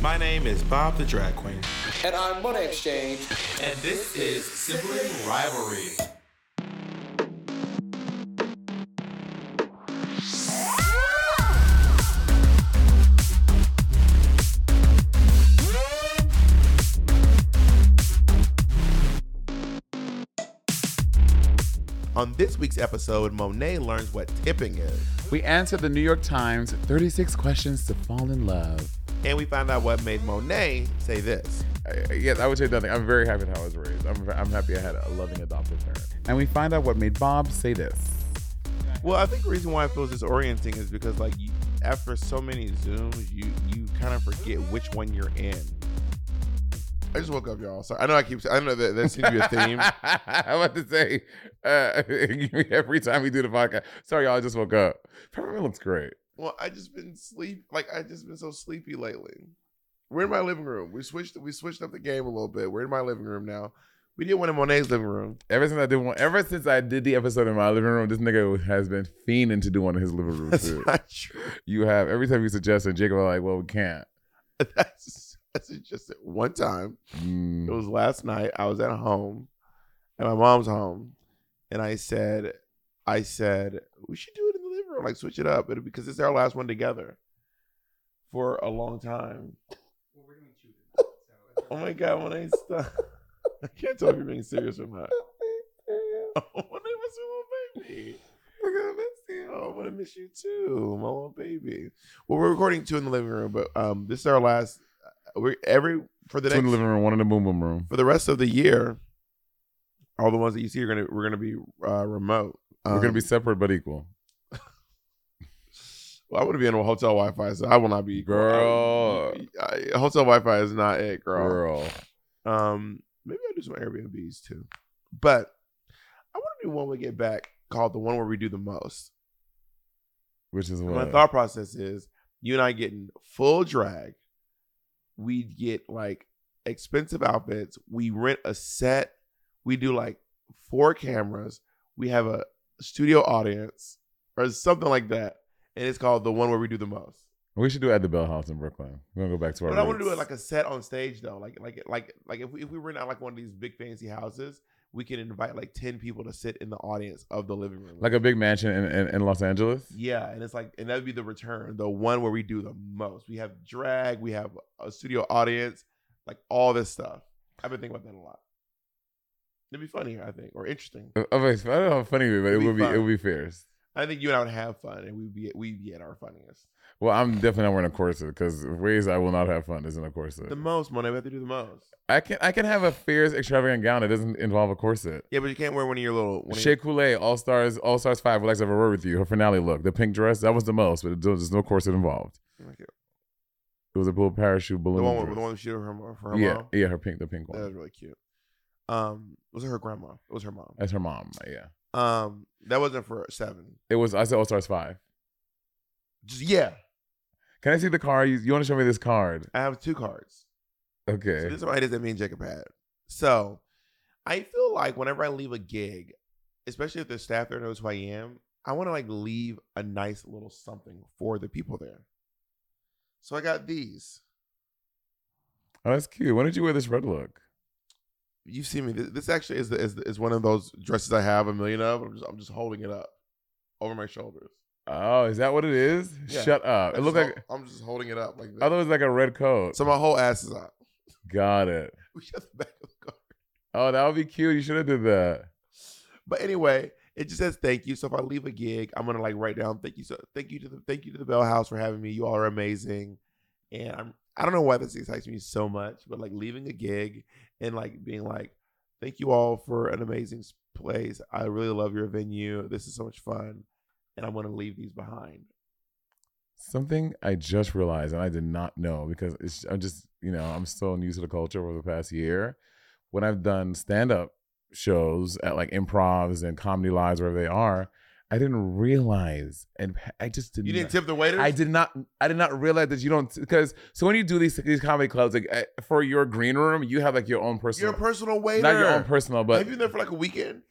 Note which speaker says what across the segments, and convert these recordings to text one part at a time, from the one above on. Speaker 1: My name is Bob the Drag Queen.
Speaker 2: And I'm Money Exchange.
Speaker 1: And this is Sibling Rivalry. On this week's episode, Monet learns what tipping is,
Speaker 3: We answered the New York Times 36 questions to fall in love.
Speaker 1: and we find out what made Monet say this.
Speaker 3: I- I- Yes, I would say nothing. I'm very happy with how I was raised. I'm, I'm happy I had a loving adopted parent. And we find out what made Bob say this.
Speaker 1: Well, I think the reason why it feels disorienting is because like you, after so many zooms, you you kind of forget which one you're in. I just woke up, y'all. Sorry, I know I keep. I know that that seems to be a theme.
Speaker 3: I'm about to say uh, every time we do the podcast. Sorry, y'all. I just woke up. Peppermint looks great.
Speaker 1: well, I just been sleep. Like I just been so sleepy lately. We're in my living room. We switched. We switched up the game a little bit. We're in my living room now. We did one in Monet's living room.
Speaker 3: Ever since I did one, ever since I did the episode in my living room, this nigga has been fiending to do one in his living room
Speaker 1: That's
Speaker 3: too.
Speaker 1: not true.
Speaker 3: You have every time you suggest it, Jacob, I'm like, well, we can't.
Speaker 1: That's that's just it. one time.
Speaker 3: Mm.
Speaker 1: It was last night. I was at home, at my mom's home, and I said, I said we should do it in the living room, like switch it up, it because it's our last one together for a long time. Oh my god, when I stop, I can't tell if you're being serious or not. Oh, when I was your little baby. Oh, I'm gonna miss you too, my little baby. Well, we're recording two in the living room, but um, this is our last. uh, We're every for the
Speaker 3: Two
Speaker 1: next
Speaker 3: in the living room, one in the boom boom room.
Speaker 1: for the rest of the year, all the ones that you see are gonna we're gonna be uh, remote.
Speaker 3: We're gonna
Speaker 1: Um,
Speaker 3: be separate but equal.
Speaker 1: Well, I want to be in a hotel Wi-Fi, so I will not be.
Speaker 3: Girl.
Speaker 1: I- I- hotel Wi-Fi is not it, girl.
Speaker 3: Girl.
Speaker 1: Um, maybe I'll do some Airbnbs too, but I want to do one we get back called the one where we do the most.
Speaker 3: Which is
Speaker 1: My
Speaker 3: what?
Speaker 1: thought process is you and I getting full drag. We'd get like expensive outfits. We rent a set. We do like four cameras. We have a studio audience or something like that. And it's called the one where we do the most.
Speaker 3: we should do it at the Bell House in Brooklyn. We're gonna go back to our
Speaker 1: But I want to do it like
Speaker 3: roots.
Speaker 1: a set on stage though. Like like like like if we if we rent out like one of these big fancy houses, we can invite like ten people to sit in the audience of the living room.
Speaker 3: like a big mansion in, in, in Los Angeles.
Speaker 1: Yeah, and it's like, and that would be the return, the one where we do the most. We have drag, we have a studio audience, like all this stuff. I've been thinking about that a lot. It'd be funny, I think, or interesting.
Speaker 3: Uh, Okay, so I don't know how funny it would be, but it
Speaker 1: It'd be
Speaker 3: would be it
Speaker 1: fun.
Speaker 3: would be fierce.
Speaker 1: I think you and I would have fun, and we'd be we'd be at our funniest.
Speaker 3: Well, I'm definitely not wearing a corset because ways I will not have fun is in a corset.
Speaker 1: The most money we have to do the most.
Speaker 3: I can I can have a fierce extravagant gown that doesn't involve a corset.
Speaker 1: Yeah, but you can't wear one of your little. One of your-
Speaker 3: Shea Coulee, All Stars, All Stars Five. Relax, I have a word with you. Her finale look, the pink dress, that was the most, but there's no corset involved. It was a blue parachute balloon.
Speaker 1: the one with
Speaker 3: dress.
Speaker 1: the one she did for her, for her
Speaker 3: yeah,
Speaker 1: mom.
Speaker 3: yeah, her pink, the pink one.
Speaker 1: That was really cute. Um, was it her grandma? It was her mom.
Speaker 3: That's her mom. Yeah,
Speaker 1: Um, that wasn't for seven.
Speaker 3: it was. I said All Stars Five.
Speaker 1: Just yeah,
Speaker 3: Can I see the card? You, you want to show me this card?
Speaker 1: I have two cards. So
Speaker 3: Okay.
Speaker 1: this is what it is that me and Jacob had. So I feel like whenever I leave a gig, especially if the staff there knows who I am, I want to like leave a nice little something for the people there. So I got these.
Speaker 3: oh, that's cute. Why don't you wear this red look?
Speaker 1: You've seen me. This, this actually is, the, is the- is one of those dresses I have a million of. I'm just I'm just holding it up over my shoulders.
Speaker 3: Oh, is that what it is?
Speaker 1: Yeah.
Speaker 3: Shut up. It
Speaker 1: I'm
Speaker 3: looked
Speaker 1: just
Speaker 3: like
Speaker 1: hol- I'm just holding it up like
Speaker 3: I
Speaker 1: this.
Speaker 3: thought it was like a red coat.
Speaker 1: So my whole ass is out.
Speaker 3: Got it.
Speaker 1: We shut the back of the car.
Speaker 3: Oh, that would be cute. You should have did that.
Speaker 1: But anyway, it just says thank you. So if I leave a gig, I'm gonna like write down thank you. So thank you to the thank you to the Bell House for having me. You all are amazing, and I'm I don't know why this excites me so much, but like leaving a gig and like being like thank you all for an amazing s- place. I really love your venue. This is so much fun, and I'm gonna leave these behind.
Speaker 3: Something I just realized and I did not know because it's I'm just, you know, I'm so new to the culture over the past year. When I've done stand-up shows at like improvs and comedy lives wherever they are, I didn't realize and I just didn't
Speaker 1: You didn't tip the waiter.
Speaker 3: I did not. I did not realize that you don't because so when you do these these comedy clubs like uh, for your green room, you have like your own
Speaker 1: You're
Speaker 3: personal,
Speaker 1: a personal waiter.
Speaker 3: not your own personal, but
Speaker 1: have you been there for like a weekend?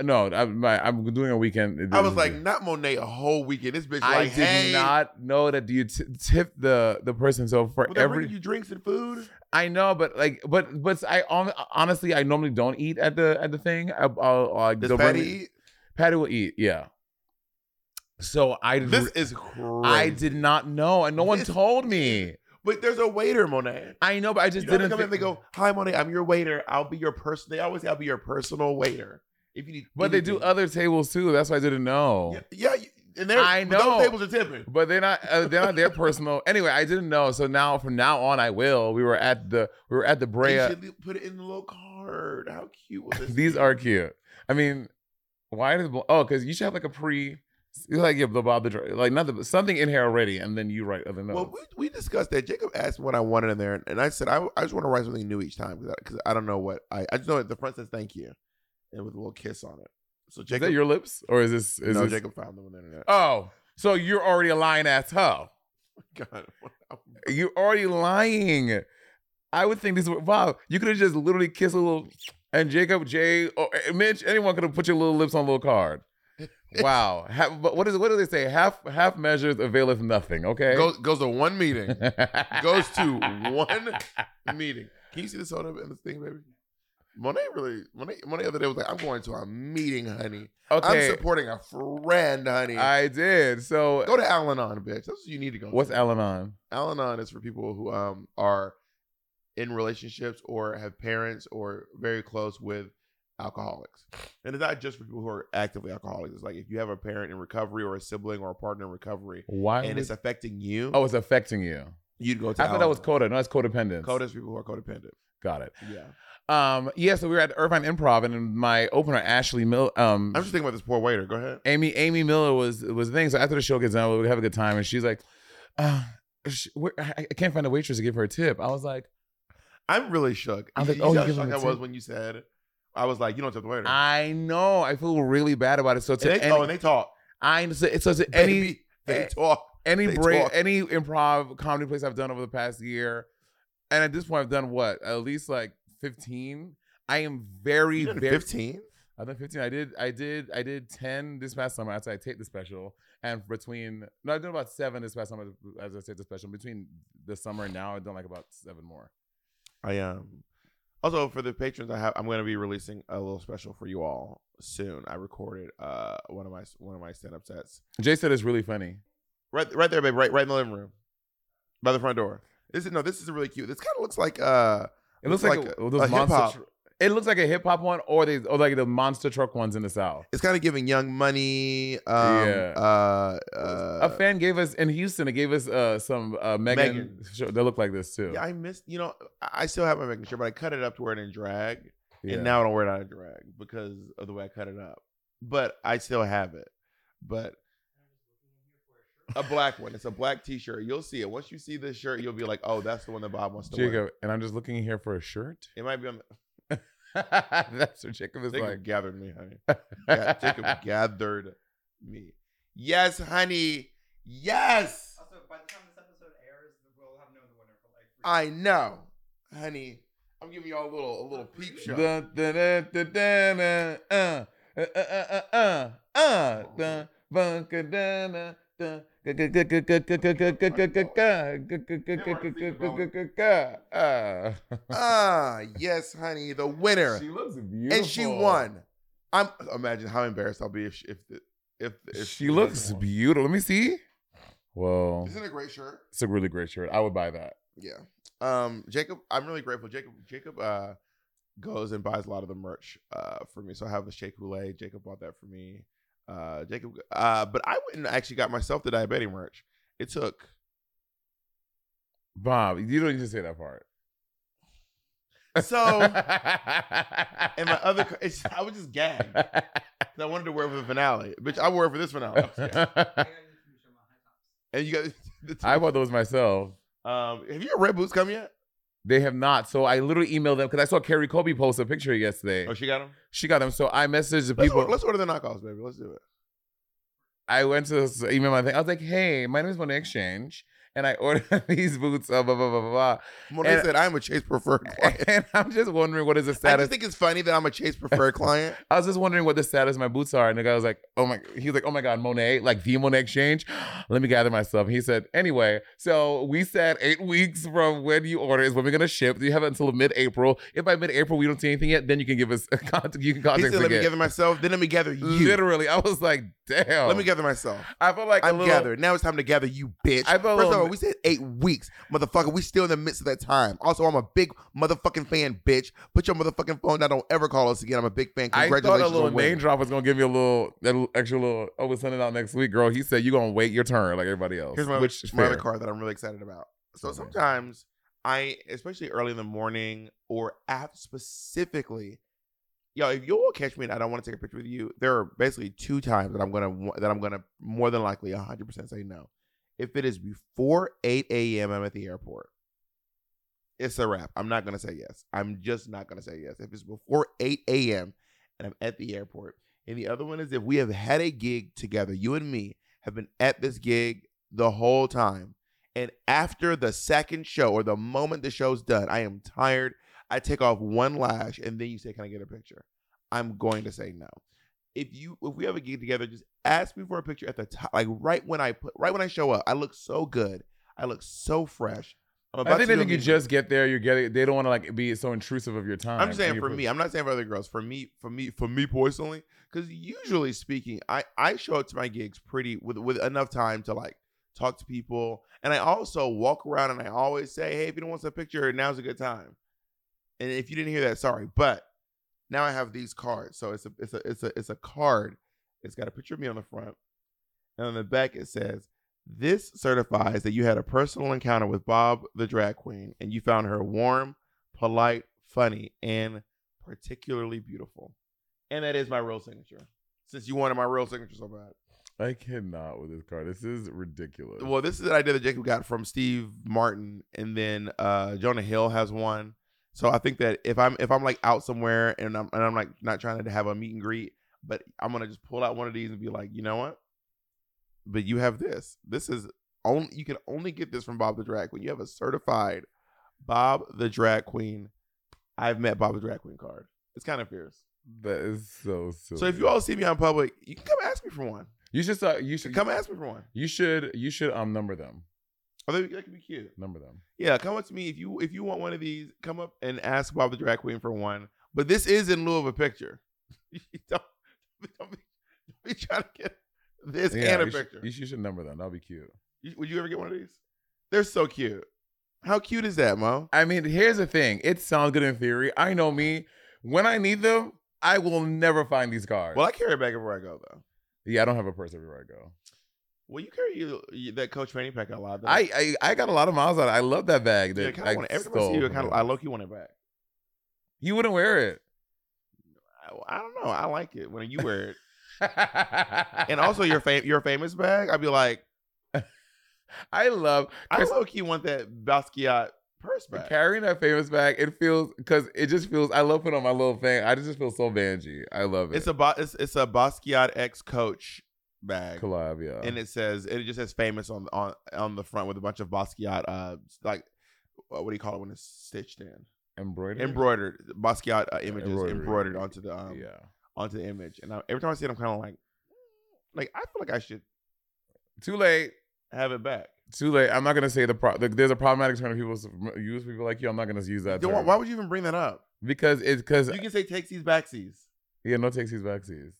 Speaker 3: No, I, my, I'm doing a weekend.
Speaker 1: I was like, not Monet a whole weekend. This bitch
Speaker 3: I
Speaker 1: like,
Speaker 3: did
Speaker 1: hey,
Speaker 3: not know that you t- tip the the person. So for
Speaker 1: will they
Speaker 3: every,
Speaker 1: bring you drinks and food?
Speaker 3: I know, but like, but but I hon- honestly, I normally don't eat at the at the thing. I, I'll, I'll like,
Speaker 1: Does
Speaker 3: they'll bring
Speaker 1: Patty
Speaker 3: me-
Speaker 1: eat?
Speaker 3: Patty will eat. Yeah. So I
Speaker 1: This
Speaker 3: re-
Speaker 1: is crazy.
Speaker 3: I did not know, and no one
Speaker 1: This-
Speaker 3: told me.
Speaker 1: But there's a waiter, Monet.
Speaker 3: I know, but I
Speaker 1: You
Speaker 3: just
Speaker 1: know, they
Speaker 3: didn't.
Speaker 1: come in, they
Speaker 3: think-
Speaker 1: go, "Hi, Monet. I'm your waiter. I'll be your person." They always say, "I'll be your personal waiter." If you need,
Speaker 3: but they do
Speaker 1: anything."
Speaker 3: other tables too. That's why I didn't know.
Speaker 1: Yeah, yeah, you- and they're
Speaker 3: I
Speaker 1: but those
Speaker 3: know.
Speaker 1: tables are tipping.
Speaker 3: But they're not. Uh, they're not their personal. Anyway, I didn't know. So now, from now on, I will. We were at the. We were at the
Speaker 1: They
Speaker 3: Brea.
Speaker 1: should li- put it in the little card. How cute was this?
Speaker 3: These
Speaker 1: be?
Speaker 3: are cute. I mean, why did oh? Because you should have like a pre. you Like yeah, the Bob the Dra- like nothing something in here already, and then you write other notes.
Speaker 1: Well, we, we discussed that. Jacob asked me what I wanted in there, and I said I, I just want to write something new each time because I, don't know what I I just know that the front says thank you, and with a little kiss on it. So
Speaker 3: is
Speaker 1: Jacob,
Speaker 3: that your lips or is this? Is
Speaker 1: no,
Speaker 3: this-
Speaker 1: Jacob found them on the internet.
Speaker 3: Oh, so you're already a lying ass hoe.
Speaker 1: God,
Speaker 3: You're already lying. I would think this would wow. You could have just literally kissed a little, and Jacob, Jay, or eh, Mitch, anyone could have put your little lips on a little card. Wow. Half, but what is what do they say? Half half measures availeth nothing. Okay.
Speaker 1: goes goes to one meeting, goes to one meeting. Can you see the soda in this thing, baby? Monet really Monet Monet the other day was like, I'm going to a meeting, honey. I'm
Speaker 3: Okay.
Speaker 1: supporting a friend, honey.
Speaker 3: I did. So
Speaker 1: go to Al Anon, bitch. That's what you need to go.
Speaker 3: what's
Speaker 1: to.
Speaker 3: Al-Anon?
Speaker 1: Al Anon is for people who um are in relationships or have parents or very close with alcoholics. And it's not just for people who are actively alcoholics. It's like if you have a parent in recovery or a sibling or a partner in recovery
Speaker 3: Why?
Speaker 1: and
Speaker 3: would-
Speaker 1: it's affecting you,
Speaker 3: oh, it's affecting you.
Speaker 1: you'd go to
Speaker 3: I thought that was
Speaker 1: Al-Anon.
Speaker 3: coda. No, it's codependence.
Speaker 1: Codependent is people who are codependent.
Speaker 3: Got it.
Speaker 1: Yeah.
Speaker 3: Um, yeah. So we were at Irvine Improv, and my opener Ashley Mill. Um,
Speaker 1: I'm just thinking about this poor waiter. Go ahead.
Speaker 3: Amy Amy Miller was was the thing. So after the show gets done, we have a good time, and she's like, uh, sh- where, I I can't find a waitress to give her a tip. I was like,
Speaker 1: I'm really shook.
Speaker 3: I was like,
Speaker 1: you,
Speaker 3: oh,
Speaker 1: you
Speaker 3: you
Speaker 1: see
Speaker 3: give
Speaker 1: how
Speaker 3: him
Speaker 1: shook
Speaker 3: a
Speaker 1: I was
Speaker 3: tip?
Speaker 1: when you said, I was like, you don't tip the waiter.
Speaker 3: I know, I feel really bad about it. So
Speaker 1: and
Speaker 3: to
Speaker 1: they,
Speaker 3: any,
Speaker 1: oh, and they talk.
Speaker 3: I so, so to any
Speaker 1: Baby, they
Speaker 3: eh,
Speaker 1: talk.
Speaker 3: any
Speaker 1: they
Speaker 3: bra-
Speaker 1: talk.
Speaker 3: any improv comedy place I've done over the past year, and at this point I've done what at least like fifteen. I am very
Speaker 1: You did
Speaker 3: very
Speaker 1: 15?
Speaker 3: I done 15. I did, I did, I did 10 this past summer after I taped the special, and between no, I've done about seven this past summer as I taped the special. Between the summer and now, I've done like about seven more.
Speaker 1: I am. Also, for the patrons, I have I'm going to be releasing a little special for you all soon. I recorded uh one of my one of my stand up sets
Speaker 3: Jay said it's really funny.
Speaker 1: right right there, babe, right right in the living room, by the front door. This is no, this is really cute. This kind of looks like uh
Speaker 3: It looks like, a, those
Speaker 1: a
Speaker 3: monster.
Speaker 1: hip-hop.
Speaker 3: tr- it looks like a hip hop one, or they, or like the monster truck ones in the south.
Speaker 1: it's kind of giving Young Money. Um,
Speaker 3: Yeah.
Speaker 1: Uh,
Speaker 3: a
Speaker 1: uh,
Speaker 3: fan gave us in Houston. It gave us uh, some uh, Megan,
Speaker 1: Megan.
Speaker 3: Sure, they look like this too.
Speaker 1: yeah, I missed. You know, I I still have my making sure, but I cut it up to where it in drag.
Speaker 3: Yeah.
Speaker 1: and now I don't wear it out of drag because of the way I cut it up. But I still have it. But a black one. It's a black T-shirt. You'll see it. Once you see this shirt, you'll be like, "Oh, that's the one that Bob wants to wear."
Speaker 3: Jacob, and I'm just looking here for a shirt.
Speaker 1: It might be on. The,
Speaker 3: That's what Jacob is
Speaker 1: Jacob
Speaker 3: like.
Speaker 1: gathered me, honey. Ga- Jacob gathered me. Yes, honey. Yes,
Speaker 4: Also, by the time this episode airs, we'll have known the winner for like.
Speaker 3: Uh,
Speaker 4: three
Speaker 1: I know, honey. I'm giving y'all a little, a little peep show.
Speaker 3: Dun, dun, dun, dun, dun, uh, uh, uh, uh, uh, uh, uh, dun, bun, ka, dun, uh, dun, ka, ka, ka, ka, ka, ka, ka, ka, ka, ka, ka, ka, ka, ka, ka, ka, ka, ka, ka, ka, ka, uh.
Speaker 1: Ah, yes, honey. The winner.
Speaker 3: She looks beautiful.
Speaker 1: and she won. I'm imagine how embarrassed I'll be if she, if the- if, if
Speaker 3: She looks
Speaker 1: won.
Speaker 3: beautiful. Let me see. Whoa.
Speaker 1: Isn't it a great shirt?
Speaker 3: It's a really great shirt. I would buy that.
Speaker 1: Yeah. Um, Jacob, I'm really grateful. Jacob, Jacob, uh, goes and buys a lot of the merch, uh, for me. So I have a shake Kool-Aid. Jacob bought that for me. Uh, Jacob, uh, but I went and actually got myself the diabetic merch. It took.
Speaker 3: Bob, you don't need to say that part. Oh.
Speaker 1: So and my other, co- it's, I was just gagged. 'Cause I wanted to wear it for the finale, bitch. I wore it for this finale.
Speaker 4: I gotta get some Michelle Monaghan tops.
Speaker 1: and you got the t-
Speaker 3: I bought those myself.
Speaker 1: um. Have your red boots come yet?
Speaker 3: They have not. So I literally emailed them because I saw Carrie Kobe post a picture yesterday.
Speaker 1: Oh, she got them.
Speaker 3: She got them. So I messaged the
Speaker 1: Let's,
Speaker 3: people.
Speaker 1: order, let's order the knockoffs, baby. Let's do it.
Speaker 3: I went to this email my thing. I was like, hey, my name is Monet Exchange. and I ordered these boots, uh, blah, blah, blah, blah,
Speaker 1: Mona
Speaker 3: And-
Speaker 1: said, I'm a Chase preferred
Speaker 3: blah.
Speaker 1: client.
Speaker 3: And I'm just wondering what is the
Speaker 1: I
Speaker 3: status.
Speaker 1: just think it's funny that I'm a Chase preferred client.
Speaker 3: I was just wondering what the status of my boots are. And the guy was like, oh my, he was like, oh my God, Monet, like the Monet exchange. Let me gather myself. He said, anyway, so we said eight weeks from when you order is when we're going to ship. You have it until mid-April. If by mid-April we don't see anything yet, then you can give us a contact. You can
Speaker 1: He
Speaker 3: contact
Speaker 1: said,
Speaker 3: us
Speaker 1: let me
Speaker 3: again.
Speaker 1: gather myself. Then let me gather you.
Speaker 3: Literally, I was like, damn.
Speaker 1: Let me gather myself.
Speaker 3: I felt like a
Speaker 1: I'm
Speaker 3: little,
Speaker 1: gathered. Now it's time to gather you, bitch.
Speaker 3: I
Speaker 1: First of
Speaker 3: felt a little-
Speaker 1: all, we said eight weeks. Motherfucker, we still in the midst of that time. Also, I'm a big motherfucking fan, bitch. Put your motherfucking phone down. Don't ever call us again. I'm a big fan.
Speaker 3: I thought
Speaker 1: Congratulations.
Speaker 3: a little
Speaker 1: on winning.
Speaker 3: name drop was gonna give you a little, that little extra little. Oh, we'll send it out next week, girl. He said you gonna wait your turn like everybody else.
Speaker 1: Here's my,
Speaker 3: which is
Speaker 1: my other
Speaker 3: fair. Mm-hmm.
Speaker 1: card that I'm really excited about. So
Speaker 3: Okay.
Speaker 1: sometimes I, especially early in the morning or af specifically, yo, if you'll catch me and I don't want to take a picture with you, there are basically two times that I'm gonna wa- that I'm gonna more than likely 100 percent say no. If it is before 8 a.m., I'm at the airport. It's a wrap. I'm not gonna say yes. I'm just not gonna say yes. If it's before 8 a.m. and I'm at the airport, and the other one is if we have had a gig together, you and me have been at this gig the whole time. And after the second show or the moment the show's done, I am tired. I take off one lash and then you say, Can I get a picture? I'm going to say no. If you if we have a gig together, just ask me for a picture at the top, like right when I put right when I show up. I look so good. I look so fresh. I'm
Speaker 3: I think
Speaker 1: to
Speaker 3: they
Speaker 1: do a
Speaker 3: think you
Speaker 1: meet-
Speaker 3: just get there. You get it. They don't want to like be so intrusive of your time.
Speaker 1: I'm just saying
Speaker 3: You
Speaker 1: for
Speaker 3: put-
Speaker 1: me. I'm not saying for other girls. For me, for me, for me personally, because usually speaking, I I show up to my gigs pretty with with enough time to like talk to people, and I also walk around and I always say, hey, if you don't want a picture, now's a good time. And if you didn't hear that, sorry, but now I have these cards. So it's a it's a it's a it's a card. It's got a picture of me on the front, and on the back it says. This certifies that you had a personal encounter with Bob the drag queen and you found her warm, polite, funny, and particularly beautiful. And that is my real signature. Since you wanted my real signature so bad.
Speaker 3: I cannot with this card. This is ridiculous.
Speaker 1: Well, this is an idea that Jacob got from Steve Martin, and then uh, Jonah Hill has one. So I think that if I'm if I'm like out somewhere and I'm and I'm like not trying to have a meet and greet, but I'm gonna just pull out one of these and be like, you know what? But you have this. This is only you can only get this from Bob the Drag Queen. You have a certified Bob the Drag Queen. I've met Bob the Drag Queen card. It's kind of fierce.
Speaker 3: that is so silly.
Speaker 1: So if you all see me out in public, you can come ask me for one.
Speaker 3: you should start, you
Speaker 1: You
Speaker 3: should
Speaker 1: can come ask me for one.
Speaker 3: You should you should um number them.
Speaker 1: I think that could be cute.
Speaker 3: Number them.
Speaker 1: Yeah, come up to me if you if you want one of these. Come up and ask Bob the drag queen for one. But this is in lieu of a picture. You don't, don't, be, don't be trying to get this and a
Speaker 3: you should-
Speaker 1: picture.
Speaker 3: you should, you should number them. That'll be cute.
Speaker 1: You- Would you ever get one of these? They're so cute. How cute is that, Mo?
Speaker 3: I mean, here's the thing. It sounds good in theory. I know me. When I need them, I will never find these cards.
Speaker 1: Well, I carry it back everywhere I go though.
Speaker 3: yeah, I don't have a purse everywhere I go.
Speaker 1: Well, you carry you, you- that Coach Fanny pack a lot. Though.
Speaker 3: I, I I got a lot of miles on it. I love that bag.
Speaker 1: yeah,
Speaker 3: That
Speaker 1: kind of want
Speaker 3: I
Speaker 1: it. Every time I see
Speaker 3: stole
Speaker 1: you, I
Speaker 3: from
Speaker 1: kind of
Speaker 3: him.
Speaker 1: I low key want it back.
Speaker 3: You wouldn't wear it.
Speaker 1: I, I don't know. I like it when you wear it. and also your fam- your famous bag. I'd be like,
Speaker 3: I love
Speaker 1: I
Speaker 3: Chris-
Speaker 1: low key want that Basquiat purse
Speaker 3: But
Speaker 1: back.
Speaker 3: carrying that famous bag, it feels because it just feels. I love putting on my little thing. I just feel so Banji. I love it.
Speaker 1: It's a Ba- it's, it's a Basquiat ex coach bag,
Speaker 3: collab, yeah.
Speaker 1: and it says and it just says famous on on on the front with a bunch of Basquiat uh like uh, what do you call it when it's stitched in
Speaker 3: embroidered.
Speaker 1: embroidered Basquiat uh, images
Speaker 3: Embroidery.
Speaker 1: embroidered onto the um,
Speaker 3: yeah.
Speaker 1: onto the image, and I, every time I see it, I'm kind of like like I feel like I should
Speaker 3: Too late.
Speaker 1: have it back.
Speaker 3: Too late. I'm not gonna say the pro. Like, there's a problematic term people s- use. People like you. I'm not gonna use that.
Speaker 1: Then why,
Speaker 3: term.
Speaker 1: why would you even bring that up?
Speaker 3: Because it's because
Speaker 1: You can say takesies backsies.
Speaker 3: yeah, no takesies backsies.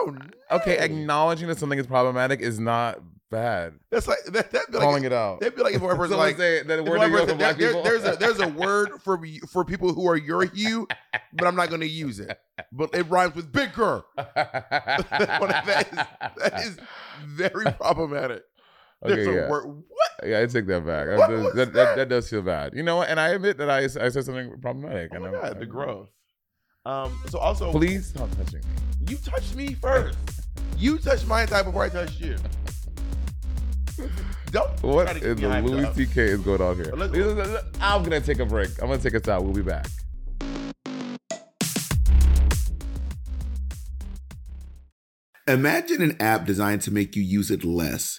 Speaker 1: No, no.
Speaker 3: Okay, acknowledging that something is problematic is not bad.
Speaker 1: that's like that. That'd be
Speaker 3: Calling
Speaker 1: like
Speaker 3: it out.
Speaker 1: that'd be like if one person
Speaker 3: Someone
Speaker 1: like
Speaker 3: say that
Speaker 1: If
Speaker 3: word
Speaker 1: I
Speaker 3: you
Speaker 1: were
Speaker 3: use
Speaker 1: to-
Speaker 3: for black
Speaker 1: there-
Speaker 3: people.
Speaker 1: there's a there's a word for you- for people who are your hue, but I'm not going to use it. But it rhymes with bigger. that is- that is Very problematic. There's
Speaker 3: okay,
Speaker 1: a
Speaker 3: yeah.
Speaker 1: word. What?
Speaker 3: Yeah, I take that back. That
Speaker 1: What
Speaker 3: does,
Speaker 1: was that?
Speaker 3: that, that? that does feel bad. You know what? And I admit that I, I said something problematic.
Speaker 1: Oh
Speaker 3: and
Speaker 1: my
Speaker 3: I'm-
Speaker 1: god,
Speaker 3: I'm-
Speaker 1: the growth. Um. So also,
Speaker 3: Please stop touching me.
Speaker 1: you touched me first. You touched my thigh before I touched you. Don't try
Speaker 3: What
Speaker 1: to
Speaker 3: in
Speaker 1: get me
Speaker 3: the
Speaker 1: hyped
Speaker 3: Louis
Speaker 1: up.
Speaker 3: C.K. is going on here?
Speaker 1: Look-
Speaker 3: I'm gonna take a break. I'm gonna take us out. We'll be back.
Speaker 5: Imagine an app designed to make you use it less,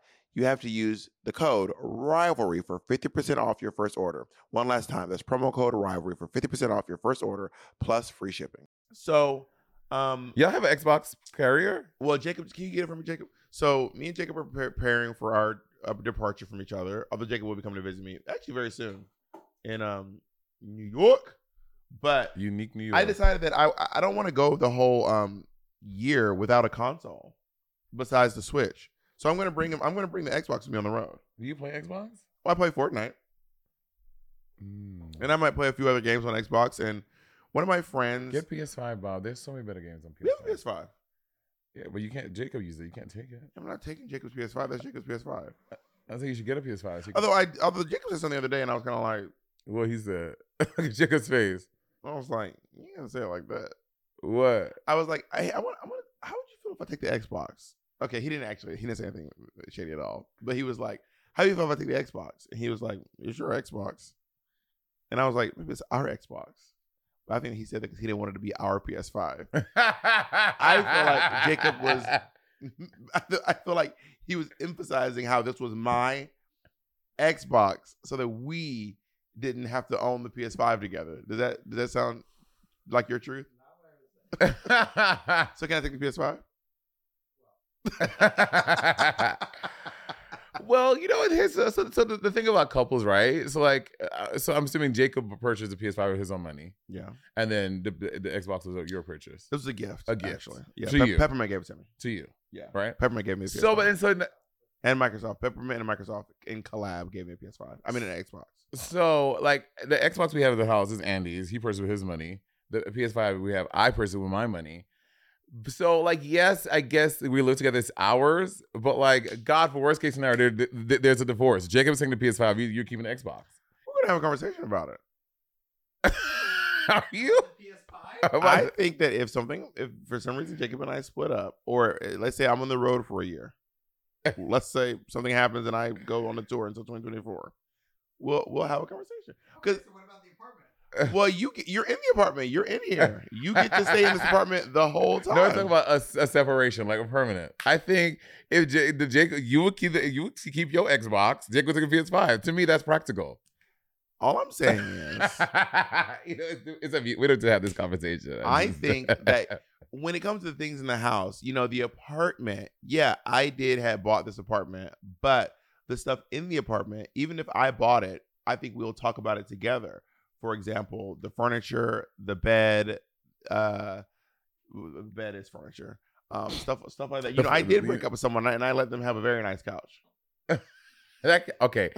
Speaker 1: you have to use the code rivalry for 50% off your first order. One last time, that's promo code rivalry for 50% off your first order plus free shipping. So, um,
Speaker 3: Y'all have an Xbox carrier?
Speaker 1: well, Jacob, can you get it from me, Jacob? So, me and Jacob are pre- preparing for our uh, departure from each other. Although Jacob will be coming to visit me actually very soon in um New York, but
Speaker 3: Unique New York.
Speaker 1: I decided that I I don't want to go the whole um year without a console besides the Switch. So I'm gonna bring him. I'm gonna bring the Xbox with me on the road.
Speaker 3: Do you play Xbox?
Speaker 1: Well, I play Fortnite,
Speaker 3: Mm.
Speaker 1: and I might play a few other games on Xbox. And one of my friends,
Speaker 3: Get PS5, Bob. There's so many better games on PS5.
Speaker 1: we have a PS5.
Speaker 3: Yeah, but you can't. Jacob used it. You can't take it.
Speaker 1: I'm not taking Jacob's PS5. That's Jacob's PS5.
Speaker 3: I think you should get a PS5. so you can-
Speaker 1: Although I, although Jacob said something the other day, and I was kind of like,
Speaker 3: Well, he's the Jacob's face.
Speaker 1: I was like, you didn't say it like that.
Speaker 3: What?
Speaker 1: I was like, I, I want, I want. How would you feel if I take the Xbox? Okay, he didn't actually. He didn't say anything shady at all. But he was like, "How do you feel if I take the Xbox?" And he was like, "It's your Xbox," and I was like, "Maybe it's our Xbox." But I think he said that because he didn't want it to be our PS5.
Speaker 3: I
Speaker 1: feel like Jacob was- I, feel, I feel like he was emphasizing how this was my Xbox, so that we didn't have to own the PS5 together. Does that does that sound like your truth? So can I take the PS5?
Speaker 3: well, you know what? Here's, so so the, the thing about couples, right? So like, uh, so I'm assuming Jacob purchased the PS5 with his own money,
Speaker 1: Yeah,
Speaker 3: and then the, the, the Xbox was your purchase
Speaker 1: this was a gift.
Speaker 3: A gift.
Speaker 1: actually. Yeah,
Speaker 3: To
Speaker 1: Pe-
Speaker 3: you.
Speaker 1: Peppermint gave it to me.
Speaker 3: to you.
Speaker 1: Yeah.
Speaker 3: Right.
Speaker 1: Peppermint gave me a PS5.
Speaker 3: So, but and so n-
Speaker 1: and Microsoft. Peppermint and Microsoft in collab gave me a PS5. I mean, an Xbox.
Speaker 3: So, like the Xbox we have at the house is Andy's. He purchased with his money. The PS5 we have, I purchased with my money. So, like, yes, I guess we live together. It's ours, but like, God, for worst case scenario, there, there- there's a divorce. Jacob's taking the PS5. You, you're keeping the Xbox.
Speaker 1: We're gonna have a conversation about it.
Speaker 3: Are you?
Speaker 4: PS5?
Speaker 3: Am
Speaker 1: I
Speaker 3: I-
Speaker 1: think that if something, if for some reason Jacob and I split up, or uh, let's say I'm on the road for a year, let's say something happens and I go on a tour until 2024, we'll we'll have a conversation.
Speaker 4: Okay,
Speaker 1: 'Cause-
Speaker 4: so what about the apartment?
Speaker 1: Well, you get- you're in the apartment, you're in here, you get to stay in this apartment the whole time.
Speaker 3: No, I'm talking about a, a separation, like a permanent. I think if J, the Jacob, you would keep the, you would keep your Xbox. Jacob took a PS5. To me, that's practical.
Speaker 1: All I'm saying is.
Speaker 3: You know, it's, it's a, we don't have to have this conversation.
Speaker 1: I think that when it comes to things in the house, you know, the apartment, yeah, I did have bought this apartment, but the stuff in the apartment, even if I bought it, I think we'll talk about it together. For example, the furniture, the bed, uh the bed is furniture. Um stuff stuff like that. You know, I did break up with someone and I let them have a very nice couch.
Speaker 3: That, okay,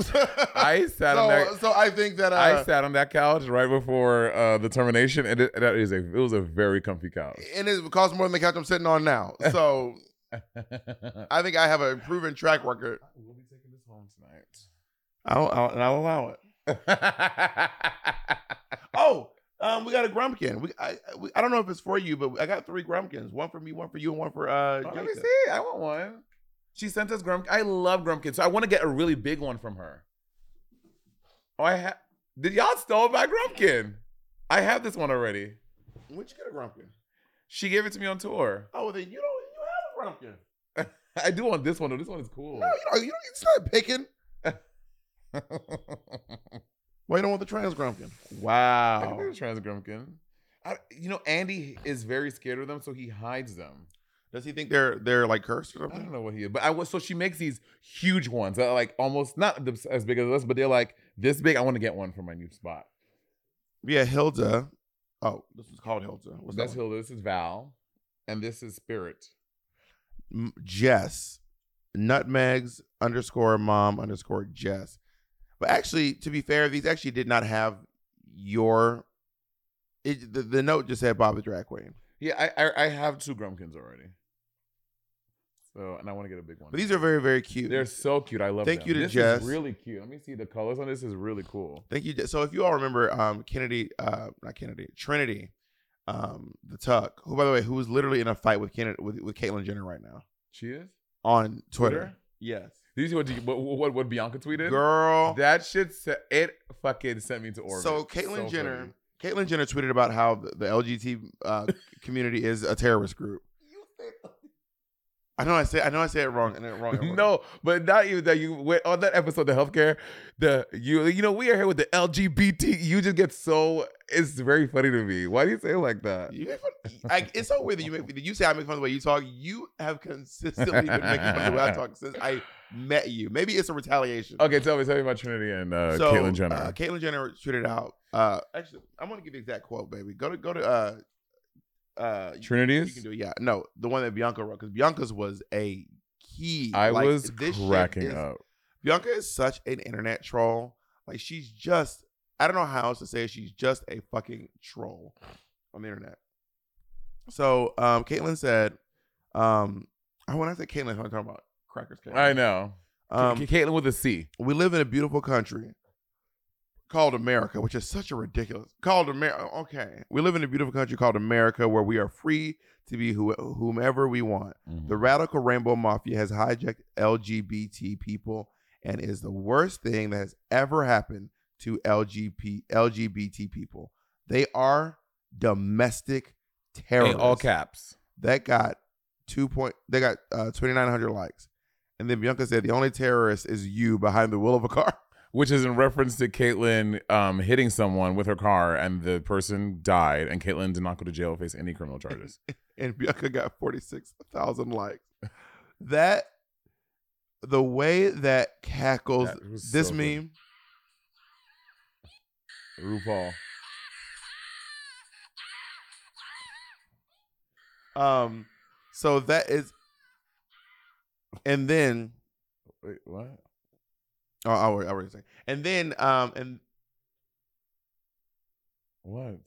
Speaker 3: I sat on that.
Speaker 1: so, so I think that uh,
Speaker 3: I sat on that couch right before uh, the termination, and it, that is a it was a very comfy couch.
Speaker 1: and it costs more than the couch I'm sitting on now. So I think I have a proven track record.
Speaker 3: We'll be taking this home tonight.
Speaker 1: I'll, I'll and I'll allow it. Oh, um, we got a grumpkin. We I, I- we I don't know if it's for you, but I got three grumpkins. One for me, one for you, and one for uh.
Speaker 3: Oh, let me
Speaker 1: Jacob.
Speaker 3: see. I want one. She sent us Grumpkin. I love Grumpkin, so I want to get a really big one from her. Oh, I ha- did y'all stole my Grumpkin? I have this one already.
Speaker 1: When'd you get a grumpkin?
Speaker 3: She gave it to me on tour.
Speaker 1: Oh, then you don't. You have a grumpkin.
Speaker 3: I do want this one though. This one is cool.
Speaker 1: No, you don't. You don't. It's not picking. Why you don't want the trans grumpkin?
Speaker 3: wow. I can do the trans Grumpkin. I, you know, Andy is very scared of them, so he hides them.
Speaker 1: Does he think they're they're like cursed or
Speaker 3: I don't
Speaker 1: something?
Speaker 3: know what he is, but I was so she makes these huge ones that are like almost not th- as big as us, but they're like this big. I want to get one for my new spot.
Speaker 1: Yeah, Hilda. Oh, this was called Hilda. What's
Speaker 3: That's
Speaker 1: that? one?
Speaker 3: Hilda. This is Val, and this is Spirit.
Speaker 1: M- Jess. Nutmegs underscore mom underscore Jess. But actually, to be fair, these actually did not have your. It, the, the note just said Bob the drag queen.
Speaker 3: Yeah, I I, I have two Grumpkins already. So and I want to get a big one.
Speaker 1: But these are very, very cute.
Speaker 3: they're so cute. I love.
Speaker 1: Thank
Speaker 3: them.
Speaker 1: you to
Speaker 3: this
Speaker 1: Jess.
Speaker 3: Is really cute. Let me see the colors on this. Is really cool.
Speaker 1: Thank you. So if you all remember, um, Kennedy, uh, not Kennedy, Trinity, um, the Tuck, who by the way, who is literally in a fight with Kennedy with, with Caitlyn Jenner right now
Speaker 3: She is.
Speaker 1: on Twitter.
Speaker 3: Twitter?
Speaker 1: Yes,
Speaker 3: Did you see what, what what what Bianca tweeted?
Speaker 1: girl.
Speaker 3: that shit. se- It fucking sent me to orbit.
Speaker 1: so Caitlyn
Speaker 3: So
Speaker 1: Jenner,
Speaker 3: funny.
Speaker 1: Caitlyn Jenner tweeted about how the, the LGBT uh, community is a terrorist group. I know I say I know I say it wrong and it wrong. and wrong.
Speaker 3: No, but not even that. You went on that episode of healthcare. The you you know we are here with the LGBT. You just get so it's very funny to me. Why do you say it like that?
Speaker 1: You make fun, I, it's so weird that you make that you say I make fun of the way you talk. You have consistently been making fun of the way I talk since I met you. Maybe it's a retaliation.
Speaker 3: Okay, tell me tell me about Trinity and uh,
Speaker 1: so,
Speaker 3: Caitlyn Jenner.
Speaker 1: Uh, Caitlyn Jenner tweeted out. Uh, actually, I'm gonna give you the exact quote, baby. Go to go to uh, uh, you- You
Speaker 3: Trinity's.
Speaker 1: can do it. Yeah, no, the one that Bianca wrote because Bianca's was a key.
Speaker 3: I
Speaker 1: Like,
Speaker 3: was
Speaker 1: shit
Speaker 3: cracking
Speaker 1: is-
Speaker 3: up.
Speaker 1: Bianca is such an internet troll. Like she's just, I don't know how else to say it. She's just a fucking troll on the internet. So um, Caitlyn said, um, I when I say Caitlyn, I'm talking about crackers. Caitlyn.
Speaker 3: I know. Um,
Speaker 1: Um,
Speaker 3: Caitlyn with a C.
Speaker 1: we live in a beautiful country called America, which is such a ridiculous called America. Okay, we live in a beautiful country called America, where we are free to be who- whomever we want. The radical rainbow mafia has hijacked LGBT people and is the worst thing that has ever happened to LGBT LGBT people. They are domestic terrorists
Speaker 3: in all caps.
Speaker 1: that got two point they got uh, 2900 likes and then bianca said the only terrorist is you behind the wheel of a car
Speaker 3: Which is in reference to Caitlyn um, hitting someone with her car, and the person died, and Caitlyn did not go to jail or face any criminal charges.
Speaker 1: and bianca got 46000 likes that the way that cackles
Speaker 3: That was
Speaker 1: this
Speaker 3: so good.
Speaker 1: meme
Speaker 3: RuPaul.
Speaker 1: um so that is and then
Speaker 3: Wait, what?
Speaker 1: oh i already, I already said and then um and
Speaker 3: What?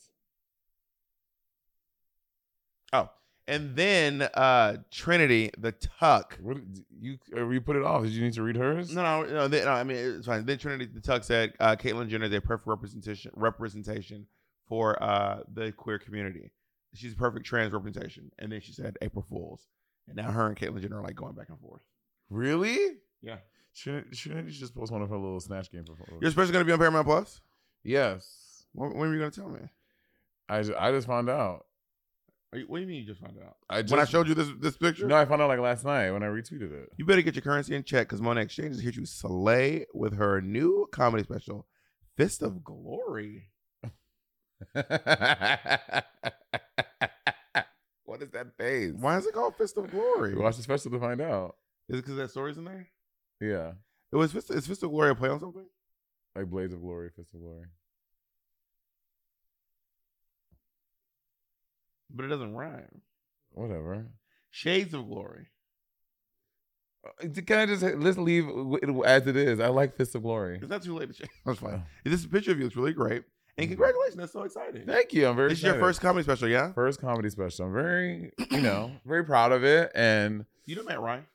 Speaker 1: and then uh trinity the tuck
Speaker 3: What you or you put it off? Did you need to read hers?
Speaker 1: No, no, no, they, no. I mean, it's fine. Then Trinity the Tuck said, uh, "Caitlyn Jenner is a perfect representation representation for uh, the queer community. She's a perfect trans representation." And then she said, "April Fools." And now her and Caitlyn Jenner are like going back and forth.
Speaker 3: Really?
Speaker 1: Yeah.
Speaker 3: Shouldn't shouldn't you just post one of her little snatch game performances?
Speaker 1: You're supposed to gonna be on Paramount Plus.
Speaker 3: Yes.
Speaker 1: When, when were you gonna tell me?
Speaker 3: I ju- I just found out.
Speaker 1: Are you, what do you mean you just found out?
Speaker 3: I just,
Speaker 1: when I showed you this this picture?
Speaker 3: No, I found out like last night when I retweeted it.
Speaker 1: You better get your currency in check because Mona Exchange is here to slay with her new comedy special, Fist of Glory.
Speaker 3: what
Speaker 5: What is that face?
Speaker 1: Why is it called Fist of Glory?
Speaker 3: You watch the special to find out.
Speaker 1: Is it because that story's in there?
Speaker 3: Yeah,
Speaker 1: It was Fist. Is Fist of Glory a play on something?
Speaker 3: like Blades of Glory, Fist of Glory.
Speaker 1: But it doesn't rhyme.
Speaker 3: Whatever.
Speaker 1: Shades of Glory.
Speaker 3: Uh, Can I just let's leave it as it is? I like Fist of Glory.
Speaker 1: It's not too late to change. That's fine.
Speaker 3: Oh.
Speaker 1: This picture of you looks really great. And congratulations. That's so exciting.
Speaker 3: Mm. Thank you. I'm very.
Speaker 1: This is your
Speaker 3: excited.
Speaker 1: first comedy special, yeah?
Speaker 3: first comedy special. I'm very, you know, very proud of it. And
Speaker 1: You know Matt Ryan.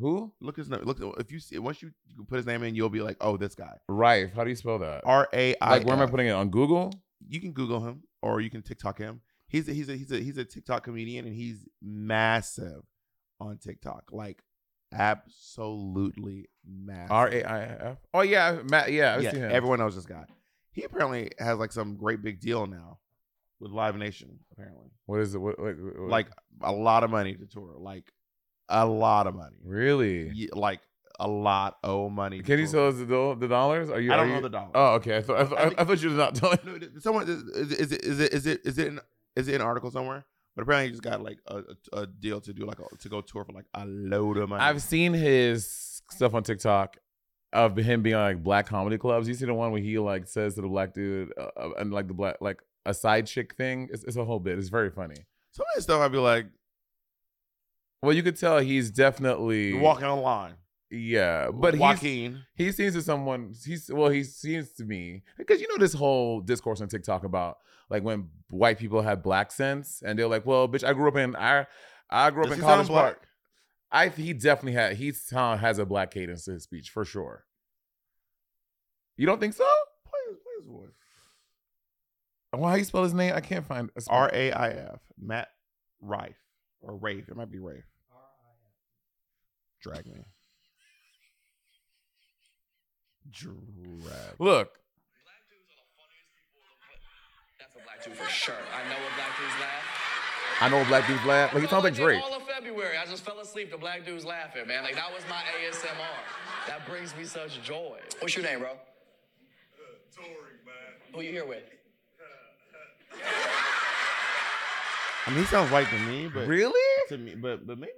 Speaker 3: who?
Speaker 1: Look his name. Look if you see once you you put his name in, you'll be like, oh, this guy.
Speaker 3: Rife. How do you spell that?
Speaker 1: R A I.
Speaker 3: like, where am I putting it on Google?
Speaker 1: You can Google him or you can TikTok him. He's a, he's a he's a he's a TikTok comedian and he's massive on TikTok. Like absolutely massive.
Speaker 3: R A I F. Oh yeah, Matt. Yeah, I've
Speaker 1: yeah,
Speaker 3: seen him.
Speaker 1: everyone knows this guy. He apparently has like some great big deal now with Live Nation. Apparently,
Speaker 3: What is it? What, what, what-
Speaker 1: like a lot of money to tour. Like a lot of money.
Speaker 3: really?
Speaker 1: Ye- Like a lot of money. to
Speaker 3: Can you
Speaker 1: tour.
Speaker 3: tell us the, do- the dollars? Are you?
Speaker 1: I
Speaker 3: are
Speaker 1: don't
Speaker 3: you-
Speaker 1: know the dollar.
Speaker 3: Oh, okay. I thought I, thought, I,
Speaker 1: I think-
Speaker 3: thought you were not telling.
Speaker 1: No, did- someone is, is, it is it is it is it an, is it an article somewhere? But apparently, he just got like a, a, a deal to do like a, to go tour for like a load of money.
Speaker 3: I've seen his stuff on TikTok of him being on, like black comedy clubs. You see the one where he like says to the black dude uh, uh, and like the black like a side chick thing. It's, it's a whole bit. It's very funny.
Speaker 1: some of his stuff. I'd be like
Speaker 3: Well, you could tell he's definitely
Speaker 1: walking on line,
Speaker 3: Yeah, but he's,
Speaker 1: Joaquin.
Speaker 3: he seems to someone. He's well, he seems to me because you know this whole discourse on TikTok about like when white people have black sense and they're like, "Well, bitch, I grew up in I, I grew up
Speaker 1: Does
Speaker 3: in
Speaker 1: he
Speaker 3: College
Speaker 1: sound
Speaker 3: Park."
Speaker 1: black?
Speaker 3: I he definitely had he sound has a black cadence to his speech for sure. You don't think so?
Speaker 1: Play his, play his voice.
Speaker 3: Well, how you spell his name? I can't find a spell.
Speaker 1: R A I F Matt Rife or Rafe. It might be Rafe. Drag me. Drag.
Speaker 3: Look,
Speaker 6: Black dudes are the funniest people on the planet. That's a black dude for sure. I know what black dudes laugh.
Speaker 3: I know a black dude laugh. Like he sounds like
Speaker 6: All of-
Speaker 3: Drake.
Speaker 6: All of February, I just fell asleep to black dudes laughing, man. Like that was my ASMR. That brings me such joy. What's your name, bro? Who you here with?
Speaker 1: I mean, he sounds white to me, but
Speaker 3: Really?
Speaker 1: to me, but but maybe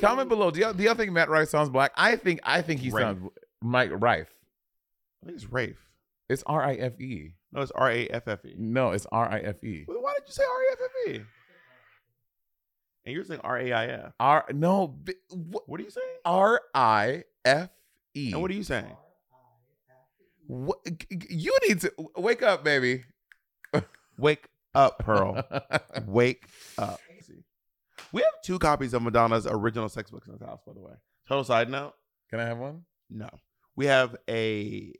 Speaker 3: Comment below. Do y'all, do y'all think Matt Rife sounds black? I think I think he
Speaker 1: Rafe.
Speaker 3: sounds Mike Rife.
Speaker 1: I think it's Rafe.
Speaker 3: It's R I F E.
Speaker 1: No, it's R A F F E.
Speaker 3: No, it's R I F E.
Speaker 1: Well, Why did you say R A F F E? And you're saying R A I F.
Speaker 3: R no b- wh-
Speaker 1: What are you saying?
Speaker 3: R I F E.
Speaker 1: And what are you saying?
Speaker 3: What, you need to wake up, baby.
Speaker 1: Wake up, Pearl. Wake up. We have two copies of Madonna's original sex books in this house, by the way. Total side note.
Speaker 3: Can I have one?
Speaker 1: No. We have a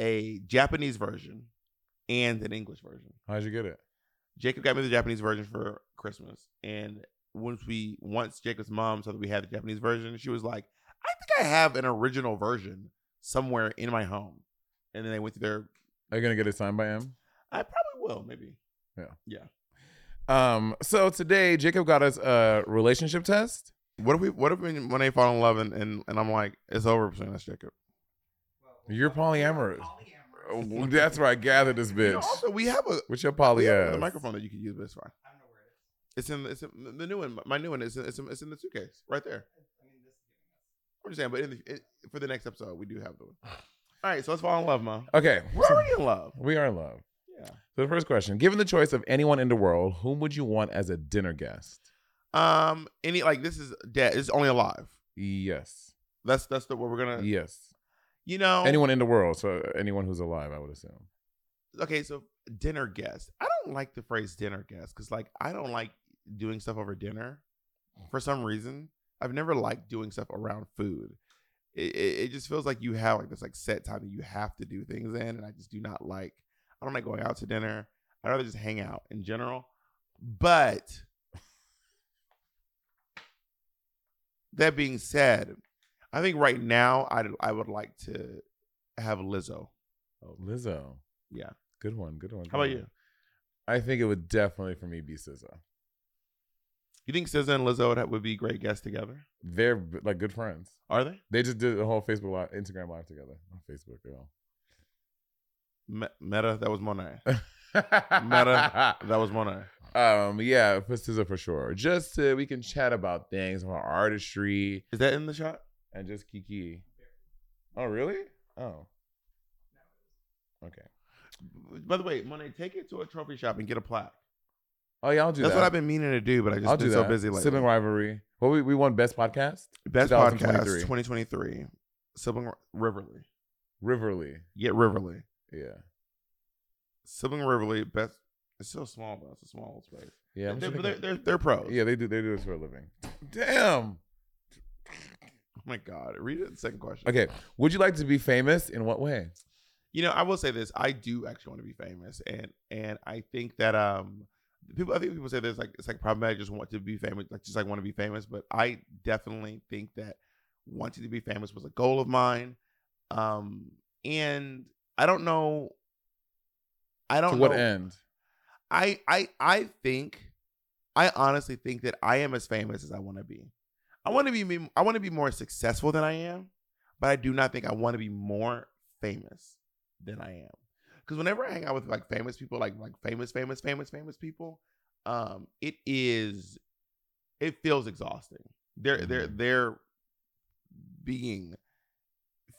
Speaker 1: a Japanese version and an English version.
Speaker 3: How'd you get it?
Speaker 1: Jacob got me the Japanese version for Christmas. And once we once Jacob's mom saw that we had the Japanese version, she was like, I think I have an original version somewhere in my home. And then they went to their
Speaker 3: Are you gonna get it signed by him?
Speaker 1: I probably will, maybe.
Speaker 3: Um. So today, Jacob got us a relationship test.
Speaker 1: What if we what if when when they fall in love and and, and I'm like, it's over between us, Jacob.
Speaker 3: You're polyamorous.
Speaker 4: Polyamorous.
Speaker 3: Oh, That's where I gathered this
Speaker 1: You
Speaker 3: bitch.
Speaker 1: know, also we have a
Speaker 3: What's your
Speaker 1: we
Speaker 3: poly
Speaker 1: have
Speaker 3: ass?
Speaker 1: another microphone that you could use, but it's fine.
Speaker 4: I don't know where it
Speaker 1: It's
Speaker 4: is.
Speaker 1: in it's in the new one. My new one is in, it's in, it's in the suitcase right there.
Speaker 4: I mean, this is giving us.
Speaker 1: I'm just saying, but in the, it, for the next episode, we do have the one. All right, so let's fall in love, mom.
Speaker 3: Okay.
Speaker 1: We're already in love.
Speaker 3: We are in love.
Speaker 1: Yeah.
Speaker 3: So the first question: Given the choice of anyone in the world, whom would you want as a dinner guest?
Speaker 1: Um, any like this is dead. It's only alive.
Speaker 3: Yes.
Speaker 1: That's that's the what we're gonna.
Speaker 3: Yes.
Speaker 1: You know.
Speaker 3: Anyone in the world. So anyone who's alive, I would assume.
Speaker 1: Okay, so dinner guest. I don't like the phrase dinner guest because like I don't like doing stuff over dinner. For some reason, I've never liked doing stuff around food. It, it, it just feels like you have like this like set time that you have to do things in, and I just do not like. I don't like going out to dinner. I'd rather just hang out in general. But that being said, I think right now I I would like to have Lizzo.
Speaker 3: Oh, Lizzo.
Speaker 1: Yeah.
Speaker 3: Good one. Good one.
Speaker 1: How
Speaker 3: good
Speaker 1: about
Speaker 3: one.
Speaker 1: you?
Speaker 3: I think it would definitely for me be SZA.
Speaker 1: You think SZA and Lizzo would- would be great guests together?
Speaker 3: They're like good friends.
Speaker 1: Are they?
Speaker 3: They just did a whole Facebook live, Instagram live together on Facebook. They all.
Speaker 1: Me- Meta, that was Monet. Meta. That was Mona.
Speaker 3: Um, yeah, for SZA for sure. Just to, we can chat about things, about artistry,
Speaker 1: Is that in the shot?
Speaker 3: and just kiki. Oh, really? Oh. Okay.
Speaker 1: By the way, Monet, take it to a trophy shop and get a plaque.
Speaker 3: Oh yeah, I'll do
Speaker 1: That's
Speaker 3: that.
Speaker 1: what I've been meaning to do, but I just
Speaker 3: I'll
Speaker 1: been
Speaker 3: do
Speaker 1: so
Speaker 3: that.
Speaker 1: busy lately.
Speaker 3: Sibling rivalry. Well, we we won best podcast.
Speaker 1: Best podcast
Speaker 3: 2023.
Speaker 1: 2023. Sibling Ri- Riverly.
Speaker 3: Riverly.
Speaker 1: Get Riverly.
Speaker 3: Yeah.
Speaker 1: Sibling Riverly. Best. It's so small though. It's a small space.
Speaker 3: Yeah. I'm
Speaker 1: they're,
Speaker 3: just
Speaker 1: they're,
Speaker 3: thinking-
Speaker 1: they're, they're pros.
Speaker 3: yeah, they do they do this for a living. Damn.
Speaker 1: Oh my god. Read it. Second question.
Speaker 3: Okay. Would you like to be famous in what way?
Speaker 1: You know, I will say this. I do actually want to be famous, and and I think that um people. I think people say this like it's like problematic. Just want to be famous, like just like want to be famous. But I definitely think that wanting to be famous was a goal of mine. Um, and I don't know. I don't
Speaker 3: To what
Speaker 1: know.
Speaker 3: end?
Speaker 1: I I I think I honestly think that I am as famous as I want to be. I want to be I want to be more successful than I am, but I do not think I want to be more famous than I am. Cuz whenever I hang out with like famous people like like famous famous famous famous people, um it is it feels exhausting. Their their their being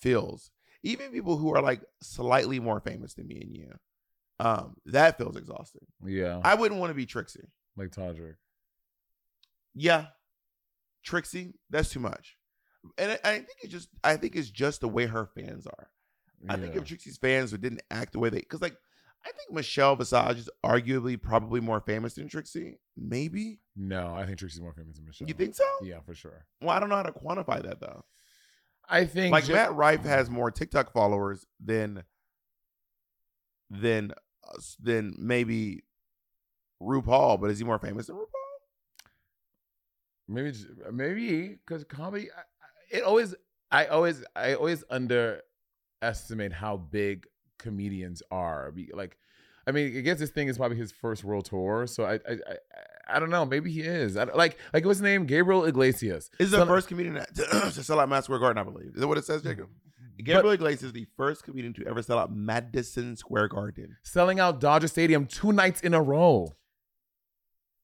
Speaker 1: feels even people who are like slightly more famous than me and you. Um that feels exhausting.
Speaker 3: Yeah.
Speaker 1: I wouldn't want to be Trixie.
Speaker 3: like Todrick.
Speaker 1: Yeah, Trixie, that's too much. And I, I think it's just, I think it's just the way her fans are. I think
Speaker 3: Yeah.
Speaker 1: if Trixie's fans didn't act the way they, because like, I think Michelle Visage is arguably probably more famous than Trixie. Maybe
Speaker 3: No, I think Trixie's more famous than Michelle.
Speaker 1: you think so?
Speaker 3: Yeah, for sure.
Speaker 1: Well, I don't know how to quantify that though.
Speaker 3: I think
Speaker 1: Like
Speaker 3: ju-
Speaker 1: Matt Rife has more TikTok followers than than us- than maybe RuPaul, but is he more famous than RuPaul?
Speaker 3: maybe j- maybe because comedy I- I- it always i always i always underestimate how big comedians are Be- like i mean i guess this thing is probably his first world tour so i i i, I don't know maybe he is I, don't- like like what's his name gabriel iglesias
Speaker 1: Is the
Speaker 3: Some-
Speaker 1: first comedian to, to sell out Madison Square Garden, I believe. Is that what it says, Jacob?
Speaker 3: Mm-hmm.
Speaker 1: Gabriel Iglesias is the first comedian to ever sell out Madison Square Garden.
Speaker 3: selling out dodger stadium two nights in a row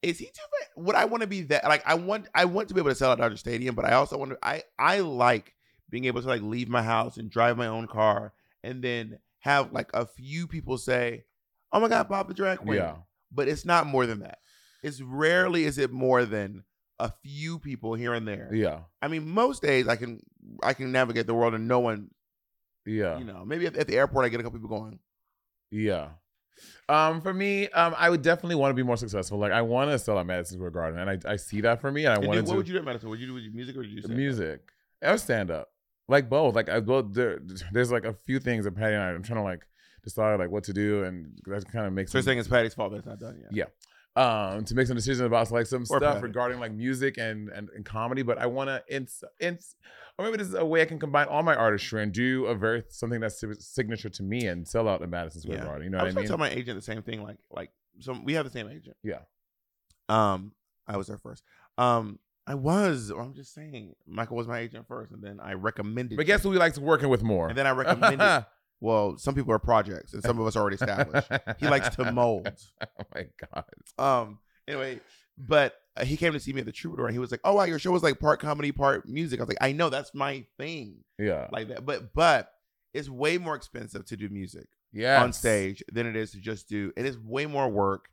Speaker 1: Is he too? fa- Would I want to be that? Like, I want, I want to be able to sell out Dodger Stadium, but I also want to. I, I like being able to like leave my house and drive my own car, and then have like a few people say, "Oh my God, Bob the drag queen."
Speaker 3: yeah
Speaker 1: but it's not more than that. It's rarely is it more than a few people here and there.
Speaker 3: yeah
Speaker 1: I mean, most days I can, I can navigate the world and no one
Speaker 3: yeah
Speaker 1: you know, maybe at, at the airport I get a couple people going.
Speaker 3: Yeah. Um, for me, um, I would definitely want to be more successful. Like I want to sell at Madison Square Garden, and I, I see that for me, and I
Speaker 1: And
Speaker 3: want
Speaker 1: dude,
Speaker 3: to.
Speaker 1: what would you do at Madison? Would you do with your music or would you do stand-up?
Speaker 3: music or stand up, like both. Like I both. There, there's like a few things that Patty and I. I'm trying to like decide like what to do, and that kind of makes.
Speaker 1: So you're
Speaker 3: some-
Speaker 1: saying it's Patty's fault that it's not done yet.
Speaker 3: Yeah. um to make some decisions about like some
Speaker 1: Or
Speaker 3: stuff
Speaker 1: Patty.
Speaker 3: regarding like music and, and and comedy but i want to it's it's or maybe this is a way i can combine all my artistry and do a very something that's si- signature to me and sell out at madison square
Speaker 1: Yeah.
Speaker 3: garden you know
Speaker 1: I
Speaker 3: what i
Speaker 1: was trying
Speaker 3: mean
Speaker 1: to tell my agent the same thing. Like, like some we have the same agent.
Speaker 3: Yeah.
Speaker 1: Um, I was there first. Um, I was. I'm just saying, Michael was my agent first, and then I recommended.
Speaker 3: but guess
Speaker 1: you.
Speaker 3: who we like to working with more
Speaker 1: And then I recommended. well, some people are projects, and some of us are already established. He likes to mold.
Speaker 3: Oh my god!
Speaker 1: Um. Anyway, but uh, he came to see me at the Troubadour, and he was like, "Oh wow, your show was like part comedy, part music." I was like, "I know, that's my thing."
Speaker 3: Yeah,
Speaker 1: like that. But but it's way more expensive to do music
Speaker 3: yeah.
Speaker 1: on stage than it is to just do. It is way more work,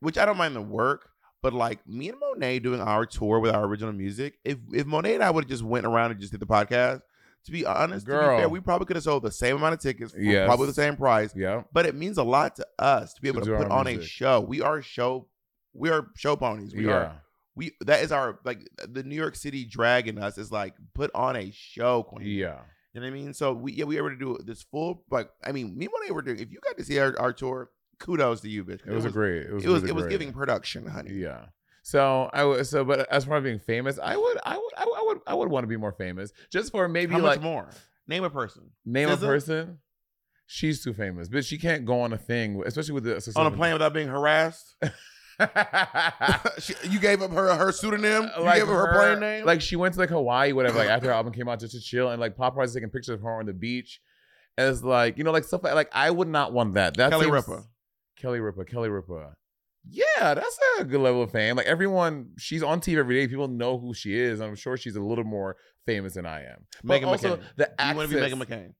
Speaker 1: which I don't mind the work. But like me and Monet doing our tour with our original music, if if Monet and I would have just went around and just did the podcast, to be honest, to be fair,
Speaker 3: Girl.
Speaker 1: we probably could have sold the same amount of tickets for
Speaker 3: Yes.
Speaker 1: probably the same price.
Speaker 3: Yeah,
Speaker 1: But it means a lot to us to be able
Speaker 3: To
Speaker 1: to,
Speaker 3: do
Speaker 1: put
Speaker 3: our
Speaker 1: on a
Speaker 3: music.
Speaker 1: show. We are show, we are show ponies. We
Speaker 3: yeah.
Speaker 1: are we. That is our like the New York City drag in us is like put on a show, queen.
Speaker 3: Yeah,
Speaker 1: You know what I mean? So we yeah, we were able to do this full like I mean, me and Monet were doing if you got to see our, our tour, kudos to you, bitch.
Speaker 3: it was a great. It was.
Speaker 1: it was,
Speaker 3: really
Speaker 1: it was
Speaker 3: great.
Speaker 1: giving production, honey.
Speaker 3: Yeah. So I would. So, but as far as being famous, I would. I would. I would. I would, I would want to be more famous, just for maybe
Speaker 1: How
Speaker 3: like
Speaker 1: much more? Name a person.
Speaker 3: name
Speaker 1: SZA?
Speaker 3: a person. She's too famous, but she can't go on a thing, especially with the
Speaker 1: On a plane without being harassed. She- you gave up her her pseudonym. You
Speaker 3: Uh, like
Speaker 1: gave up her, plane name.
Speaker 3: Like she went to like Hawaii, whatever. Like after her album came out, just to chill, and like paparazzi taking pictures of her on the beach. As like you know, like stuff like, like I would not want that. That
Speaker 1: Kelly
Speaker 3: seems-
Speaker 1: Ripa.
Speaker 3: Kelly Ripa, Kelly Ripa. Yeah, that's a good level of fame. Like everyone, she's on TV every day. People know who she is. I'm sure she's a little more famous than I am. But
Speaker 1: Megan
Speaker 3: also,
Speaker 1: McCain.
Speaker 3: the
Speaker 1: You want to be Megan
Speaker 3: access,
Speaker 1: McCain?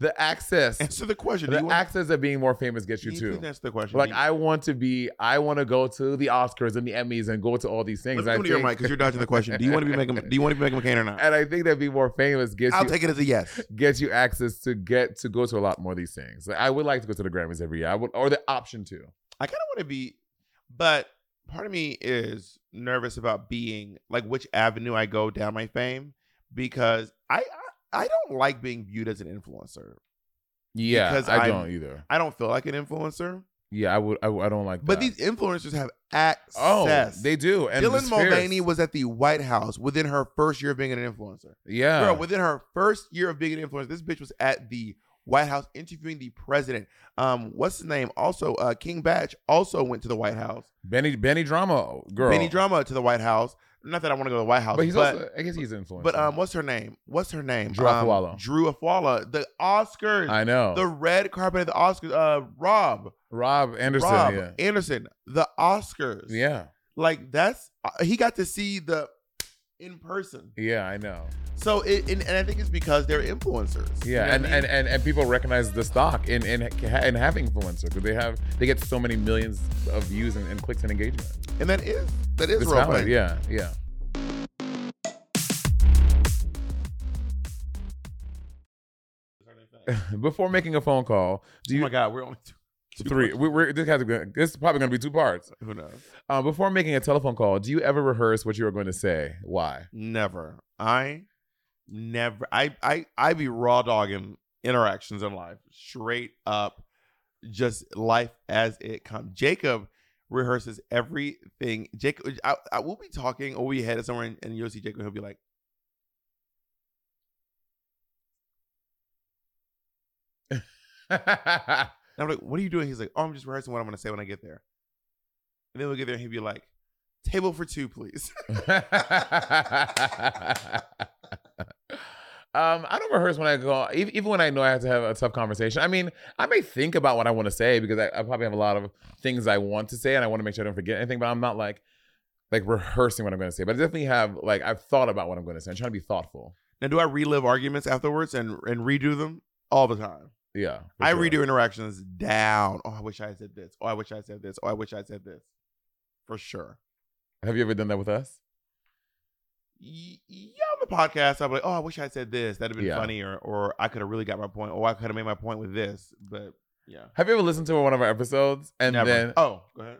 Speaker 3: the access,
Speaker 1: Answer the question. Do
Speaker 3: the
Speaker 1: you wanna-
Speaker 3: access of being more famous gets
Speaker 1: do
Speaker 3: you
Speaker 1: you
Speaker 3: too.
Speaker 1: think that's the question?
Speaker 3: Like
Speaker 1: Do you-
Speaker 3: I want to be, I want to go to the Oscars and the Emmys and go to all these things.
Speaker 1: Let me come
Speaker 3: I
Speaker 1: to your
Speaker 3: think-
Speaker 1: mic because you're dodging the question. Do you want to be Megan? Do you want to be Megan McCain or not?
Speaker 3: and I think that being more famous gets
Speaker 1: I'll
Speaker 3: you
Speaker 1: take it as a yes.
Speaker 3: gets you access to get to go to a lot more of these things. Like, I would like to go to the Grammys every year. I would, or the option to.
Speaker 1: I kind of want to be, but part of me is nervous about being like which avenue I go down my fame because I I, I don't like being viewed as an influencer.
Speaker 3: Yeah,
Speaker 1: Because
Speaker 3: I
Speaker 1: I'm-
Speaker 3: don't either.
Speaker 1: I don't feel like an influencer,
Speaker 3: Yeah, I would. I, would- I don't like.
Speaker 1: but
Speaker 3: that.
Speaker 1: these influencers have access.
Speaker 3: oh, they do. And
Speaker 1: Dylan
Speaker 3: it's fierce.
Speaker 1: Mulvaney was at the White House within her first year of being an influencer.
Speaker 3: yeah.
Speaker 1: Girl, within her first year of being an influencer, this bitch was at the White House interviewing the president. Um, what's his name? Also, uh, King Batch also went to the White House.
Speaker 3: Benny Benny Drama girl.
Speaker 1: Benny Drama to the White House. Not that I want to go to the White House,
Speaker 3: But
Speaker 1: but
Speaker 3: he's also. I guess he's an influencer.
Speaker 1: but um, what's her name? What's her name?
Speaker 3: Drew
Speaker 1: Um,
Speaker 3: Afwala.
Speaker 1: Drew Afwala. The Oscars.
Speaker 3: I know
Speaker 1: The red carpet of the Oscars. Uh, Rob.
Speaker 3: Rob Anderson.
Speaker 1: Rob
Speaker 3: yeah.
Speaker 1: Anderson. The Oscars.
Speaker 3: Yeah.
Speaker 1: Like that's uh, he got to see the in person.
Speaker 3: Yeah. I know.
Speaker 1: So it and, and I think it's because they're influencers. You
Speaker 3: Yeah,
Speaker 1: know what
Speaker 3: and,
Speaker 1: I
Speaker 3: and,
Speaker 1: mean?
Speaker 3: and and people recognize the stock in in and have influencer because they have they get so many millions of views and, and clicks and engagement.
Speaker 1: and that is that is
Speaker 3: It's
Speaker 1: real.
Speaker 3: valid.
Speaker 1: thing.
Speaker 3: Yeah, yeah. Before making a phone call, do
Speaker 1: oh
Speaker 3: you
Speaker 1: my God, we're only two, two
Speaker 3: three? We, we're this has to be, this is probably going to be two parts.
Speaker 1: Who knows?
Speaker 3: Uh, before making a telephone call, do you ever rehearse what you are going to say? Why?
Speaker 1: Never. I never. I I I be raw dogging interactions in life, straight up, just life as it comes. Jacob rehearses everything. Jacob, I, I will be talking or we headed somewhere, and, and you'll see Jacob. He'll be like, and I'm like, what are you doing? He's like, oh, I'm just rehearsing what I'm gonna say when I get there. And then we'll get there, and he'll be like, table for two, please.
Speaker 3: um, I don't rehearse when I go, even, even when I know I have to have a tough conversation. I mean, I may think about what I want to say because I, I probably have a lot of things I want to say and I want to make sure I don't forget anything, but I'm not like like rehearsing what I'm going to say. But I definitely have like I've thought about what I'm going to say. I'm trying to be thoughtful.
Speaker 1: now, do I relive arguments afterwards and and redo them all the time?
Speaker 3: Yeah, for
Speaker 1: I
Speaker 3: sure.
Speaker 1: redo interactions down. Oh, I wish I had said this. Oh, I wish I said this. Oh, I wish I said this. For sure.
Speaker 3: Have you ever done that with us?
Speaker 1: Y- yeah, on the podcast, I'll be like, oh, I wish I had said this. That'd have been
Speaker 3: Yeah.
Speaker 1: funny, or or I could have really got my point, or I could have made my point with this. But yeah.
Speaker 3: Have you ever listened to one of our episodes and
Speaker 1: Never.
Speaker 3: then
Speaker 1: oh, go ahead.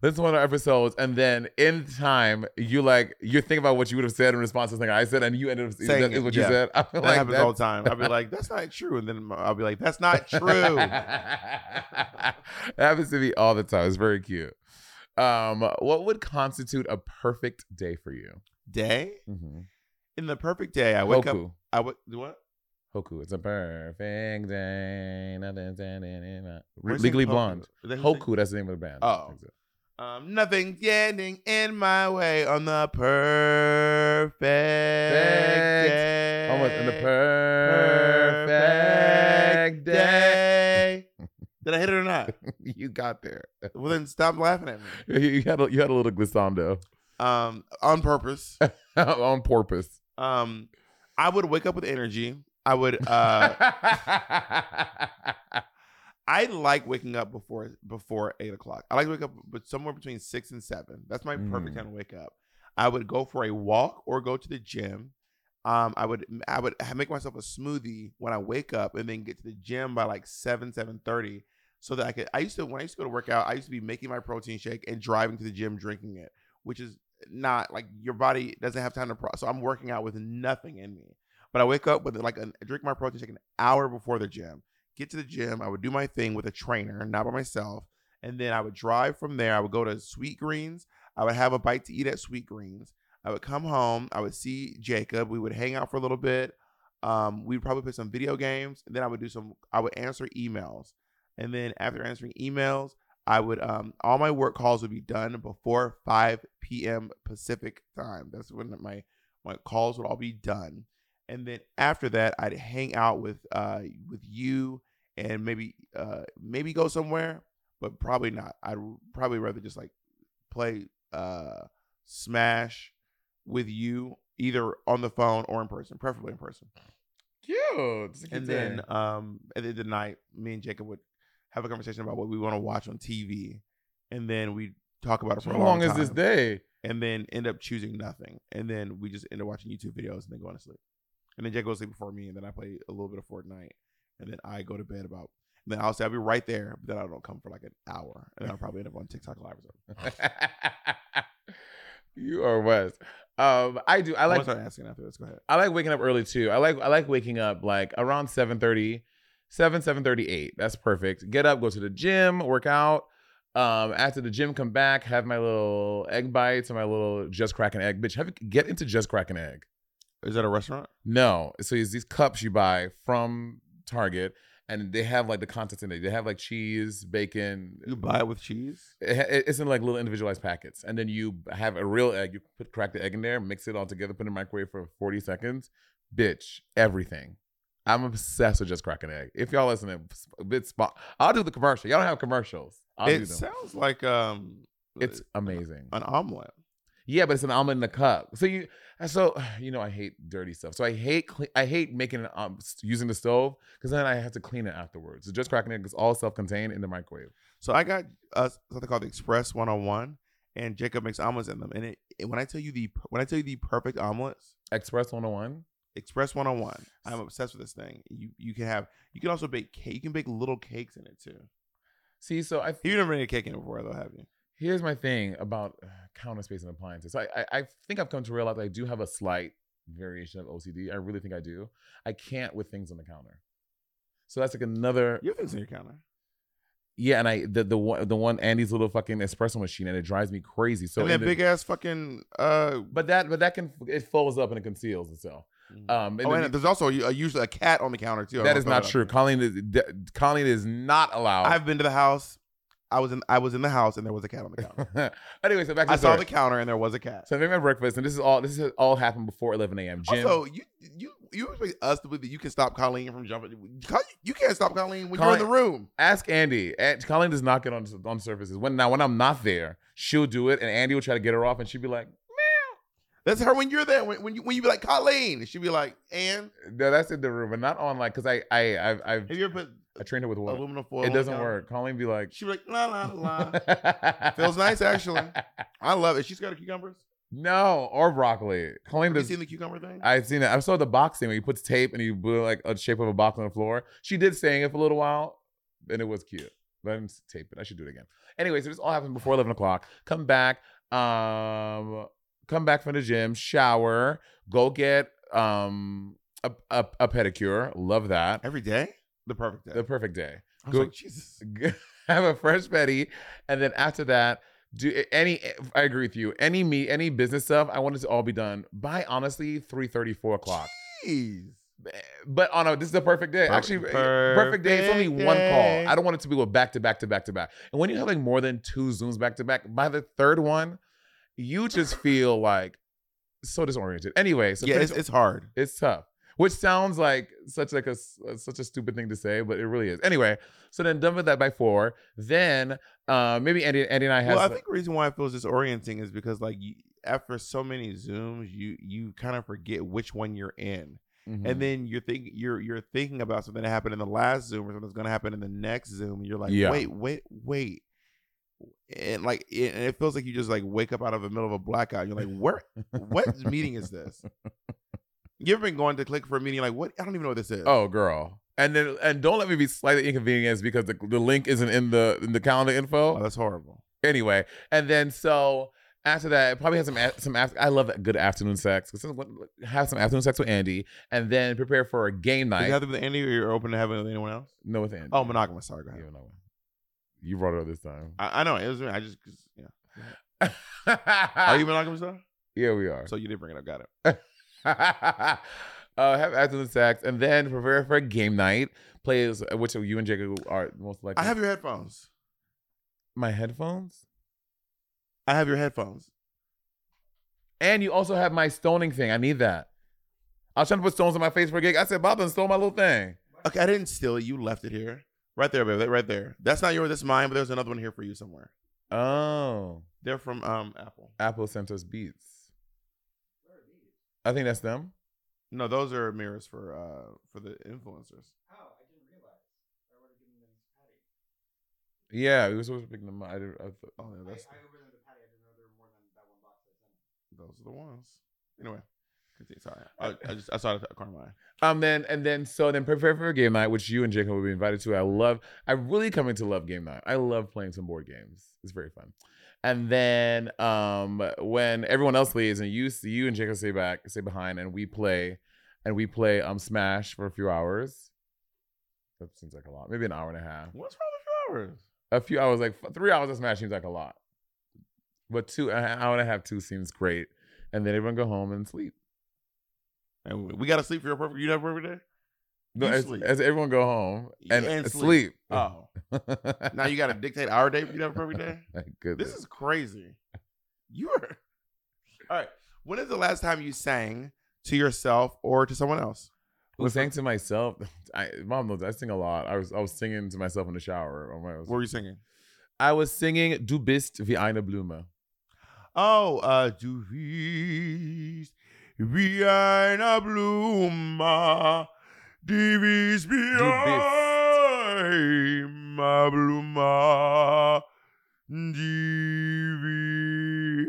Speaker 3: listen to one of our episodes and then in time you like you think about what you would have said in response to something I said and you ended up
Speaker 1: Saying
Speaker 3: that is
Speaker 1: it,
Speaker 3: what you
Speaker 1: yeah.
Speaker 3: said. I feel
Speaker 1: That
Speaker 3: like
Speaker 1: happens
Speaker 3: that's-
Speaker 1: all the time. I'll be like, that's not true. And then I'll be like, that's not true.
Speaker 3: it happens to me all the time. It's very cute. Um, what would constitute a perfect day for you?
Speaker 1: day?
Speaker 3: Mm-hmm.
Speaker 1: In the perfect day, I wake up.
Speaker 3: Hoku.
Speaker 1: I would do what?
Speaker 3: Hoku. It's a perfect day. Nothing's standing in my...
Speaker 1: Where's
Speaker 3: Legally
Speaker 1: Hoku?
Speaker 3: Blonde.
Speaker 1: Is that who sings-
Speaker 3: Hoku, that's the name of the band.
Speaker 1: Oh. Um, nothing standing in my way on the perfect day.
Speaker 3: Almost in the perfect day.
Speaker 1: day. Did I hit it or not?
Speaker 3: you got there.
Speaker 1: Well, then stop laughing at me.
Speaker 3: You had a, you had a little glissando
Speaker 1: Um, on purpose.
Speaker 3: on porpoise.
Speaker 1: Um, I would wake up with energy. I would. Uh, I like waking up before before eight o'clock. I like to wake up, but somewhere between six and seven. That's my perfect
Speaker 3: Mm.
Speaker 1: time to wake up. I would go for a walk or go to the gym. Um, I would I would ha- make myself a smoothie when I wake up, and then get to the gym by like seven seven thirty, so that I could. I used to when I used to go to work out, I used to be making my protein shake and driving to the gym drinking it, which is not like your body doesn't have time to. Pro- so I'm working out with nothing in me. But I wake up with like an, drink my protein shake an hour before the gym get to the gym. I would do my thing with a trainer, not by myself. And then I would drive from there. I would go to Sweet Greens. I would have a bite to eat at Sweet Greens. I would come home. I would see Jacob. We would hang out for a little bit. Um, we'd probably play some video games. And then I would do some, I would answer emails. And then after answering emails, I would, um, all my work calls would be done before 5 p.m. Pacific time. That's when my, my calls would all be done. And then after that, I'd hang out with, uh, with you and maybe uh maybe go somewhere, but probably not. I'd probably rather just like play uh Smash with you either on the phone or in person, preferably in person.
Speaker 3: Cute. It's a good
Speaker 1: And then
Speaker 3: day.
Speaker 1: um at the end of the night, me and Jacob would have a conversation about what we want to watch on TV, and then we talk about it for
Speaker 3: how
Speaker 1: a long,
Speaker 3: long is this
Speaker 1: time,
Speaker 3: day?
Speaker 1: and then end up choosing nothing, and then we just end up watching YouTube videos and then going to sleep, and then Jacob goes to sleep before me, and then I play a little bit of Fortnite, and then I go to bed about. And then I'll say I'll be right there, but then I don't come for like an hour, and then I'll probably end up on TikTok live or something.
Speaker 3: you are West. Um, I do. I
Speaker 1: I
Speaker 3: like.
Speaker 1: like start asking after this. Go ahead.
Speaker 3: I like waking up early too. I like I like waking up like around 7:30, 7 7:38. That's perfect. Get up, go to the gym, work out. Um, after the gym, come back, have my little egg bites and my little just crack an egg. Bitch, have get into just crack an egg.
Speaker 1: Is that a restaurant?
Speaker 3: No, so it's these cups you buy from Target, and they have like the contents in it. They have like cheese, bacon.
Speaker 1: You buy it with cheese?
Speaker 3: It, it- it's in like little individualized packets, and then you have a real egg. You put crack the egg in there, mix it all together, put it in the microwave for forty seconds. Bitch, everything. I'm obsessed with just crack an egg. If y'all listening, s- a bit spot. I'll do the commercial. Y'all don't have commercials. I'll do
Speaker 1: it
Speaker 3: them.
Speaker 1: sounds like um,
Speaker 3: It's amazing.
Speaker 1: an omelet.
Speaker 3: Yeah, but it's an almond in a cup. So you, so you know, I hate dirty stuff. So I hate, cle- I hate making an um s- using the stove because then I have to clean it afterwards. So just cracking it because all self-contained in the microwave.
Speaker 1: So I got uh, something called the Express One on One, and Jacob makes omelets in them. And it, and when I tell you the when I tell you the perfect omelets,
Speaker 3: Express 101.
Speaker 1: Express One on One, I'm obsessed with this thing. You you can have you can also bake cake. You can bake little cakes in it too.
Speaker 3: See, so I
Speaker 1: You've never made a cake in it before, though, have you?
Speaker 3: here's my thing about uh, counter space and appliances. So I, I I think I've come to realize I do have a slight variation of OCD. I really think I do. I can't with things on the counter. So that's like another
Speaker 1: You have things on your counter.
Speaker 3: yeah, and I the the one the one Andy's little fucking espresso machine and it drives me crazy. So
Speaker 1: and
Speaker 3: in
Speaker 1: that
Speaker 3: the-
Speaker 1: big ass fucking uh.
Speaker 3: But that, but that can it folds up and it conceals itself. Um, and
Speaker 1: oh,
Speaker 3: then
Speaker 1: and there's also a, usually a cat on the counter too. I
Speaker 3: that
Speaker 1: don't
Speaker 3: is
Speaker 1: know if
Speaker 3: not
Speaker 1: I-
Speaker 3: true. Colleen is de- Colleen is not allowed.
Speaker 1: I've been to the house. I was in I was in the house and there was a cat on the counter.
Speaker 3: anyway, so back to
Speaker 1: I
Speaker 3: the
Speaker 1: saw
Speaker 3: story.
Speaker 1: the counter and there was a cat.
Speaker 3: So I made my breakfast, and this is all this is all happened before 11 a.m. Jim,
Speaker 1: Also, you you you expect us to believe that you can stop Colleen from jumping? Col- You can't stop Colleen when you're in the room.
Speaker 3: ask Andy. And Colleen does not get on on surfaces. When now when I'm not there, she'll do it, and Andy will try to get her off, and she'd be like,
Speaker 1: That's her when you're there. When when you when you be like Colleen, she'd be like, "And
Speaker 3: "No, that's in the room, but not on like because I I I've, I've
Speaker 1: have you ever put
Speaker 3: I trained her with water.
Speaker 1: aluminum foil?"
Speaker 3: It
Speaker 1: on the
Speaker 3: doesn't
Speaker 1: counter?"
Speaker 3: work. Colleen be like,
Speaker 1: She'd be like, "La la la." Feels nice, actually. I love it. She's got a cucumbers.
Speaker 3: No, or broccoli. Colleen
Speaker 1: Have you
Speaker 3: does.
Speaker 1: seen the cucumber thing?
Speaker 3: I've seen it. I saw the boxing where he puts tape and he put like a shape of a box on the floor. She did saying it for a little while, and it was cute. But I didn't tape it. I should do it again. Anyway, so this all happened before eleven o'clock. Come back. Um, come back from the gym, shower, go get um a a, a pedicure. Love that.
Speaker 1: Every day, the perfect day.
Speaker 3: The perfect day.
Speaker 1: I was
Speaker 3: go-
Speaker 1: like, Jesus.
Speaker 3: have a fresh petty, and then after that, do any. I agree with you. Any me, any business stuff. I want it to all be done by honestly three thirty, four o'clock.
Speaker 1: Jeez.
Speaker 3: But on a, this is the perfect day.
Speaker 1: Perfect-
Speaker 3: Actually, eh, perfect day. It's only
Speaker 1: perfect
Speaker 3: one
Speaker 1: day.
Speaker 3: call. I don't want it to be with back to back to back to back. And when you have like more than two zooms back to back, by the third one, you just feel like so disoriented. Anyway, so
Speaker 1: yeah,
Speaker 3: finish-
Speaker 1: it's, it's hard.
Speaker 3: it's tough, which sounds like such like a s- such a stupid thing to say, but it really is. Anyway, so then done with that by four. Then uh, maybe Andy, Andy and I have.
Speaker 1: Well, I think the reason why it feels disorienting is because like you, after so many zooms, you you kind of forget which one you're in.
Speaker 3: uh, mm-hmm.
Speaker 1: and then you're think you're you're thinking about something that happened in the last Zoom or something that's gonna happen in the next Zoom, and you're like,
Speaker 3: Yeah.
Speaker 1: wait, wait, wait, and like it, and it feels like you just like wake up out of the middle of a blackout. and You're like, where, what meeting is this? You ever been going to click for a meeting like what? I don't even know what this is.
Speaker 3: oh girl, and then and don't let me be slightly inconvenienced because the, the link isn't in the in the calendar info.
Speaker 1: Oh, that's horrible.
Speaker 3: anyway, and then so after that, it probably has some a- some. After, I love that good afternoon sex. 'Cause some- Have some afternoon sex with Andy, and then prepare for a game
Speaker 1: Does
Speaker 3: night.
Speaker 1: it have to be with Andy or you're open to having it with anyone else?
Speaker 3: no, with Andy.
Speaker 1: Oh, monogamous. Sorry, go
Speaker 3: You
Speaker 1: ahead.
Speaker 3: don't know. You brought her this time.
Speaker 1: I, I know it was. me. I just yeah.
Speaker 3: Ah.
Speaker 1: Are you monogamous though?
Speaker 3: yeah, we are.
Speaker 1: So you did bring it up. Got it.
Speaker 3: uh, have afternoon sex, and then prepare for a game night. Plays which you and Jacob are most likely.
Speaker 1: I have your headphones.
Speaker 3: my headphones,
Speaker 1: I have your headphones.
Speaker 3: and you also have my stoning thing. I need that. I was trying to put stones in my face for a gig. I said, "Bob, done stole my little thing."
Speaker 1: Okay, I didn't steal it. You left it here. Right there, baby. Right there. That's not yours. That's mine. But there's another one here for you somewhere.
Speaker 3: Oh,
Speaker 1: They're from um Apple.
Speaker 3: Apple sent us Beats. I think that's them.
Speaker 1: No, those are mirrors for uh for the influencers.
Speaker 4: How? I didn't realize. I would have given them to Patty.
Speaker 3: Yeah, we were supposed to pick them up. I, did- I thought-
Speaker 1: Oh, yeah,
Speaker 4: I,
Speaker 1: that's
Speaker 4: I over them to Patty. I didn't know there were more than that one box. I sent.
Speaker 1: those are the ones. Anyway, continue. Sorry, I, I just I saw it caught my eye.
Speaker 3: Um, then and then so then prepare for game night, which you and Jacob will be invited to. I love. I really coming to love game night. I love playing some board games. It's very fun. And then um, when everyone else leaves and you you and Jacob stay back, stay behind, and we play, and we play um Smash for a few hours. That seems like a lot. Maybe an hour and a half.
Speaker 1: What's wrong with your hours?
Speaker 3: A few hours, like f- three hours of Smash seems like a lot, but two an hour and a half, two seems great. And then everyone go home and sleep.
Speaker 1: And we, we gotta sleep for your perfect. You never perfect
Speaker 3: No,
Speaker 1: You
Speaker 3: as,
Speaker 1: sleep.
Speaker 3: as everyone go home
Speaker 1: You-
Speaker 3: and, uh,
Speaker 1: and
Speaker 3: sleep.
Speaker 1: sleep. day. Oh, now you gotta dictate our day for you never perfect day.
Speaker 3: My goodness.
Speaker 1: This is crazy. You are. All right. When is the last time you sang to yourself or to someone else?
Speaker 3: was saying to myself. I mom knows I sing a lot. I was I was singing to myself in the shower. Or when I,
Speaker 1: What were
Speaker 3: was,
Speaker 1: you singing?
Speaker 3: I was singing "Du bist wie eine Blume."
Speaker 1: Oh, uh, du bist wie eine Blume, die bist wie
Speaker 3: Du bist.
Speaker 1: eine Blume, die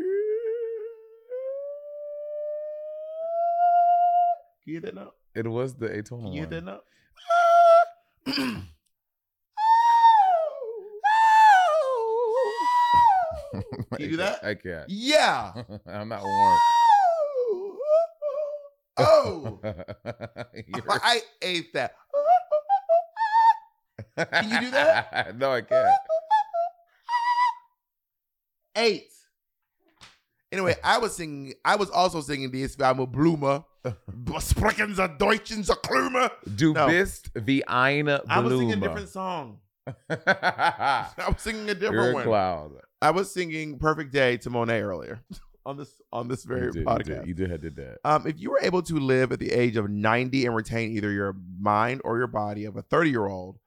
Speaker 1: wie... Can you get that now?
Speaker 3: It was the atonal
Speaker 1: Can you get that
Speaker 3: one.
Speaker 1: now? Can you do that?
Speaker 3: I can't.
Speaker 1: yeah!
Speaker 3: I'm not warm.
Speaker 1: Oh,
Speaker 3: You're-
Speaker 1: I ate that. Can you do that?
Speaker 3: no, I can't.
Speaker 1: Eight. Anyway, I was singing. I was also singing this I'm a bloomer. Sprechen Sie Deutschen Sie Klume.
Speaker 3: Du
Speaker 1: No.
Speaker 3: bist wie eine Blume.
Speaker 1: I was singing a different song. I was singing a
Speaker 3: You're
Speaker 1: different
Speaker 3: a
Speaker 1: one.
Speaker 3: cloud.
Speaker 1: I was singing "Perfect Day" to Monet earlier on this on this very
Speaker 3: you did,
Speaker 1: podcast.
Speaker 3: You did, you did, have did that.
Speaker 1: Um, if you were able to live at the age of 90 and retain either your mind or your body of a 30 year old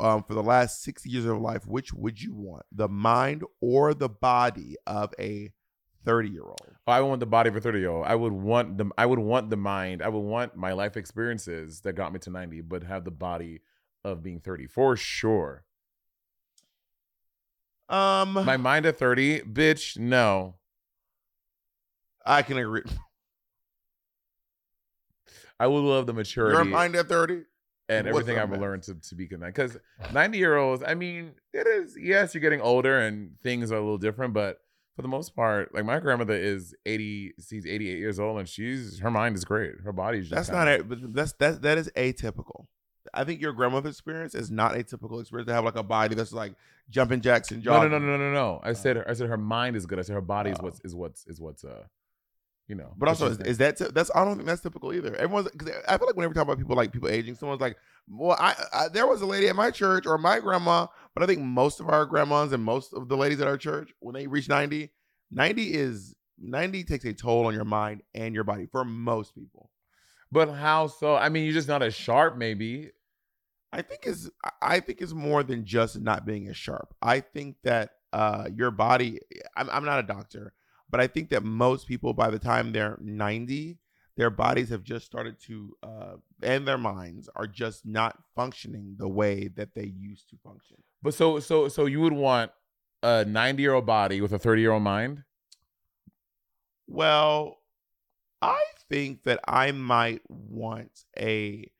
Speaker 1: um, for the last 60 years of life, which would you want? The mind or the body of a 30 year old?
Speaker 3: Oh, I want the body for 30 year old. I would want the I would want the mind. I would want my life experiences that got me to 90, but have the body of being 30 for sure.
Speaker 1: Um,
Speaker 3: My mind at 30, bitch, no.
Speaker 1: I can agree.
Speaker 3: I would love the
Speaker 1: Your
Speaker 3: maturity
Speaker 1: mind at 30?
Speaker 3: and
Speaker 1: was
Speaker 3: everything
Speaker 1: a
Speaker 3: I've
Speaker 1: mess.
Speaker 3: learned to, to be connected. Because 90 year olds, I mean, it is, yes, you're getting older and things are a little different, but for the most part, like my grandmother is 80, she's 88 years old and she's, her mind is great. Her body's just
Speaker 1: That's
Speaker 3: kinda-
Speaker 1: not it. But that's that that is atypical. I think your grandmother's experience is not a typical experience to have like a body that's like jumping jacks and
Speaker 3: No,
Speaker 1: jogging.
Speaker 3: no, no, no, no, no. I said, I said her mind is good. I said her body is
Speaker 1: Oh.
Speaker 3: what's is what's is what's uh, you know.
Speaker 1: But
Speaker 3: what's
Speaker 1: also, is,
Speaker 3: just-
Speaker 1: is that ty- that's I don't think that's typical either. Everyone's because I feel like whenever we talk about people like people aging, someone's like, "Well, I, I there was a lady at my church or my grandma," but I think most of our grandmas and most of the ladies at our church when they reach 90, 90 is ninety takes a toll on your mind and your body for most people.
Speaker 3: but how so? I mean, you're just not as sharp, maybe.
Speaker 1: I think is I think it's more than just not being as sharp. I think that uh your body I'm I'm not a doctor, but I think that most people by the time they're 90, their bodies have just started to uh and their minds are just not functioning the way that they used to function.
Speaker 3: But so so so you would want a 90 year old body with a 30 year old mind.
Speaker 1: Well, I think that I might want a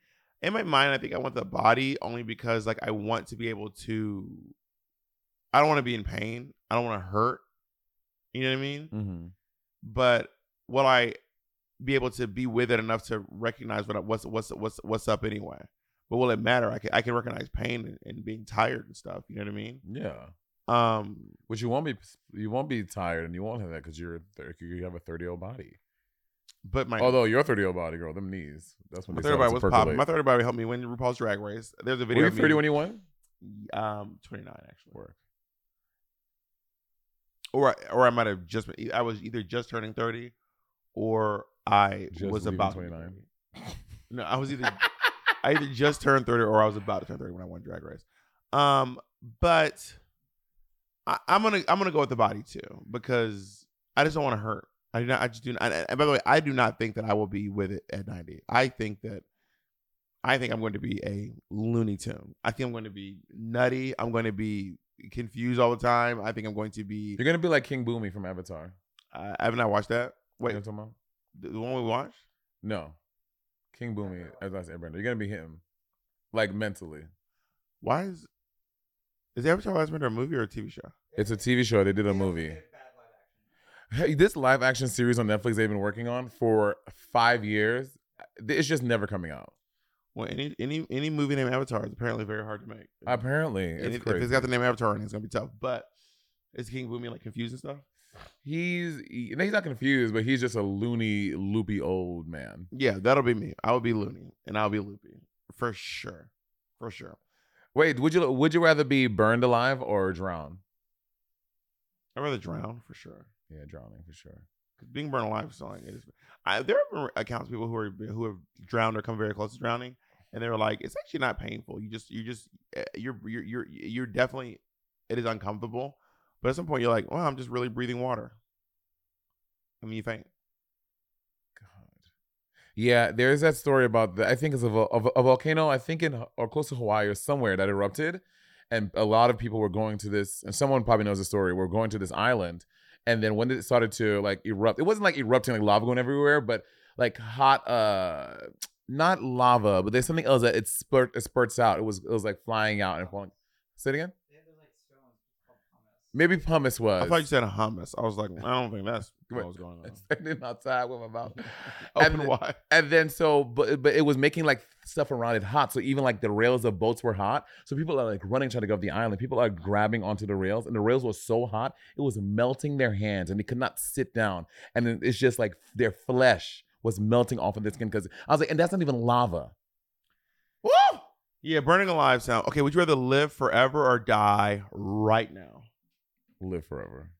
Speaker 1: in my mind, I think I want the body only because like I want to be able to I don't want to be in pain. I don't want to hurt. You know what I mean?
Speaker 3: Mm-hmm.
Speaker 1: But will I be able to be with it enough to recognize what I- what's what's what's what's up anyway? But will it matter? I can I can recognize pain and, and being tired and stuff. You know what I mean?
Speaker 3: Yeah,
Speaker 1: Um,
Speaker 3: but you won't be you won't be tired and you won't have that because you're thir- you have a 30 year old body.
Speaker 1: but my
Speaker 3: Although your 30 year old body, girl, them knees. That's when
Speaker 1: my
Speaker 3: they
Speaker 1: third body
Speaker 3: start
Speaker 1: was
Speaker 3: to
Speaker 1: popping. My
Speaker 3: percolate.
Speaker 1: third body helped me win RuPaul's Drag Race. There's a
Speaker 3: Were
Speaker 1: video.
Speaker 3: you
Speaker 1: of me-
Speaker 3: 30 when you won?
Speaker 1: um 29 actually
Speaker 3: Work.
Speaker 1: or I- or i might have just been e, i was either just turning 30 or i
Speaker 3: Just
Speaker 1: was
Speaker 3: leaving
Speaker 1: about
Speaker 3: 29.
Speaker 1: 29 no i was either I either just turned 30 or I was about to turn 30 when I won Drag Race. Um, but I, I'm gonna I'm gonna go with the body too because I just don't want to hurt. I do not. I just do. Not, and- and by the way, I do not think that I will be with it at 90. I think that I think I'm going to be a Looney Tune. I think I'm going to be nutty. I'm going to be confused all the time. I think I'm going to be.
Speaker 3: You're gonna be like King Boomy from Avatar.
Speaker 1: Uh, I have not watched that.
Speaker 3: Wait,
Speaker 1: Wait,
Speaker 3: you know what I'm talking about?
Speaker 1: the the one we watched.
Speaker 3: No, King Boomy as I said, Brenda. You're gonna be him, like mentally.
Speaker 1: Why is is Avatar: Last Airbender a movie or a TV show?
Speaker 3: It's a TV show. They did a movie. Hey, this live action series on Netflix they've been working on for five years. uh, It's just never coming out.
Speaker 1: Well, any any any movie named Avatar is apparently very hard to make.
Speaker 3: Apparently,
Speaker 1: And
Speaker 3: it's
Speaker 1: if, if
Speaker 3: crazy.
Speaker 1: it's got the name Avatar in it, it's gonna be tough. But is King Boomy like confused and stuff?
Speaker 3: he's he- he's not confused, but he's just a loony, loopy old man.
Speaker 1: Yeah, that'll be me. I will be loony and I'll be loopy for sure, for sure.
Speaker 3: Wait, would you would you rather be burned alive or drown?
Speaker 1: I'd rather drown for sure.
Speaker 3: Yeah, drowning for sure.
Speaker 1: Because being burned alive is not like it is. I, there have been accounts of people who are who have drowned or come very close to drowning, and they were like, "It's actually not painful. You just you just eh, you're you're you're you're definitely it is uncomfortable, but at some point you're like, well, I'm just really breathing water. I mean, you faint.
Speaker 3: God. Yeah, there is that story about the I think it's a, vol- a, a volcano. I think in or close to Hawaii or somewhere that erupted, and a lot of people were going to this. And someone probably knows the story. We're going to this island, and then when it started to like erupt, it wasn't like erupting like lava going everywhere, but like hot, uh, not lava, but there's something else that it spurt it spurts out. It was it was like flying out and falling. Say it again. Maybe pumice was.
Speaker 1: I thought you said hummus. I was like, I don't think that's what was going on.
Speaker 3: standing outside with my mouth
Speaker 1: Open
Speaker 3: And-
Speaker 1: wide.
Speaker 3: and then so but but it was making like stuff around it hot so even like the rails of boats were hot so people are like running trying to go up the island people are grabbing onto the rails and the rails were so hot it was melting their hands and they could not sit down and then it's just like their flesh was melting off of their skin because i was like and that's not even lava Woo!
Speaker 1: Yeah, burning alive sound. Okay, would you rather live forever or die right now?
Speaker 3: live forever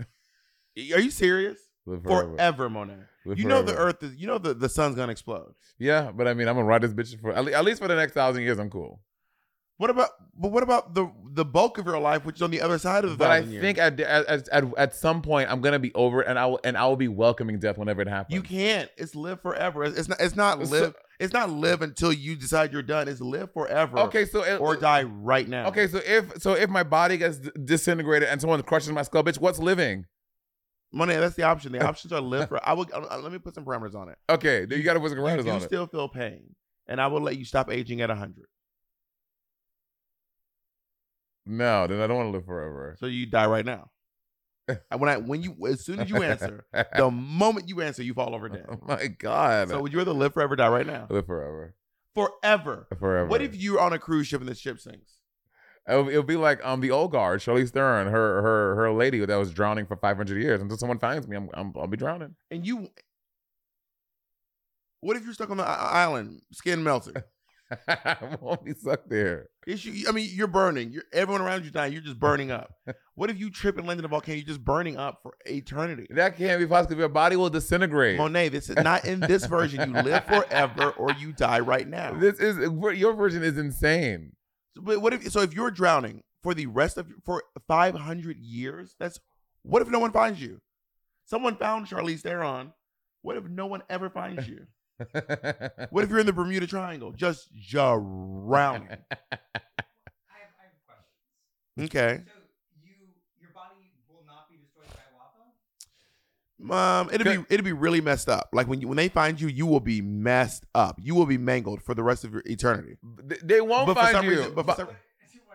Speaker 1: Are you serious?
Speaker 3: live forever,
Speaker 1: Forever, Monet.
Speaker 3: Live
Speaker 1: you know the
Speaker 3: forever.
Speaker 1: earth is. You know the, the sun's gonna explode.
Speaker 3: yeah but i mean i'm gonna ride this bitch for at le- at least for the next thousand years i'm cool
Speaker 1: What about? But what about the the bulk of your life, which is on the other side of the.
Speaker 3: But I
Speaker 1: thousand years?
Speaker 3: think at, at, at, at some point I'm gonna be over it, and I will and I will be welcoming death whenever it happens.
Speaker 1: you can't. It's live forever. It's, it's not. It's not
Speaker 3: So-
Speaker 1: live. It's not live until you decide you're done. It's live forever.
Speaker 3: Okay, so it,
Speaker 1: Or die right now.
Speaker 3: Okay, so if so if my body gets d- disintegrated and someone crushes my skull, bitch, what's living?
Speaker 1: Monet. That's the option. The options are live for. I will. I- I- let me put some parameters on it.
Speaker 3: Okay, then you gotta put some
Speaker 1: You
Speaker 3: parameters
Speaker 1: do
Speaker 3: on it.
Speaker 1: still feel pain, and I will let you stop aging at hundred.
Speaker 3: No, then I don't want to live forever.
Speaker 1: So you die right now. And when I when you as soon as you answer, the moment you answer, you fall over dead.
Speaker 3: oh my god.
Speaker 1: So would you rather live forever, or die right now?
Speaker 3: live forever,
Speaker 1: Forever.
Speaker 3: forever.
Speaker 1: What if you're on a cruise ship and the ship sinks?
Speaker 3: It'll, it'll be like um the old guard, Shirley Stern, her her her lady that was drowning for 500 years until someone finds me, I'm, I'm I'll be drowning.
Speaker 1: And you What if you're stuck on the i- island, skin melted?
Speaker 3: I won't be stuck there.
Speaker 1: It's you, I mean, you're burning. You're everyone around you dying. You're just burning up. What if you trip and land in a volcano? You're just burning up for eternity.
Speaker 3: That can't be possible. Your body will disintegrate.
Speaker 1: Monet, this is not in this version. You live forever or you die right now.
Speaker 3: This is your version is insane.
Speaker 1: But what if so if you're drowning for the rest of for 500 years? That's what if no one finds you? Someone found Charlize Theron. What if no one ever finds you? What if you're in the Bermuda Triangle, just drowning?
Speaker 4: I have, I have questions.
Speaker 1: Okay,
Speaker 4: So you, your body will not be destroyed by lava.
Speaker 1: um, it'd be
Speaker 3: Could-
Speaker 1: it'd be really messed up. Like when you when they find you, you will be messed up. You will be mangled for the rest of your eternity.
Speaker 3: Th- they won't
Speaker 1: But for
Speaker 3: find
Speaker 1: some
Speaker 3: you.
Speaker 1: reason- but for
Speaker 3: But
Speaker 1: some-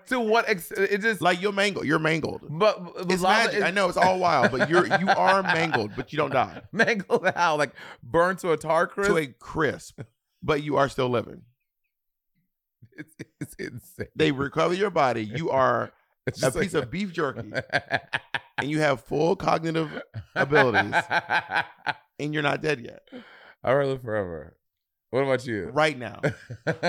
Speaker 3: to what extent? It just
Speaker 1: Like you're mangled. You're mangled.
Speaker 3: but, but
Speaker 1: It's
Speaker 3: lava
Speaker 1: magic.
Speaker 3: is
Speaker 1: I know it's all wild, but you're you are mangled, but you don't die
Speaker 3: mangled out, like burned to a tar crisp.
Speaker 1: to a crisp, but you are still living.
Speaker 3: it's, it's insane.
Speaker 1: They recover your body. You are
Speaker 3: It's
Speaker 1: a
Speaker 3: just like-
Speaker 1: piece of beef jerky and you have full cognitive abilities. and you're not dead yet
Speaker 3: I will live forever. What about you?
Speaker 1: right now
Speaker 3: like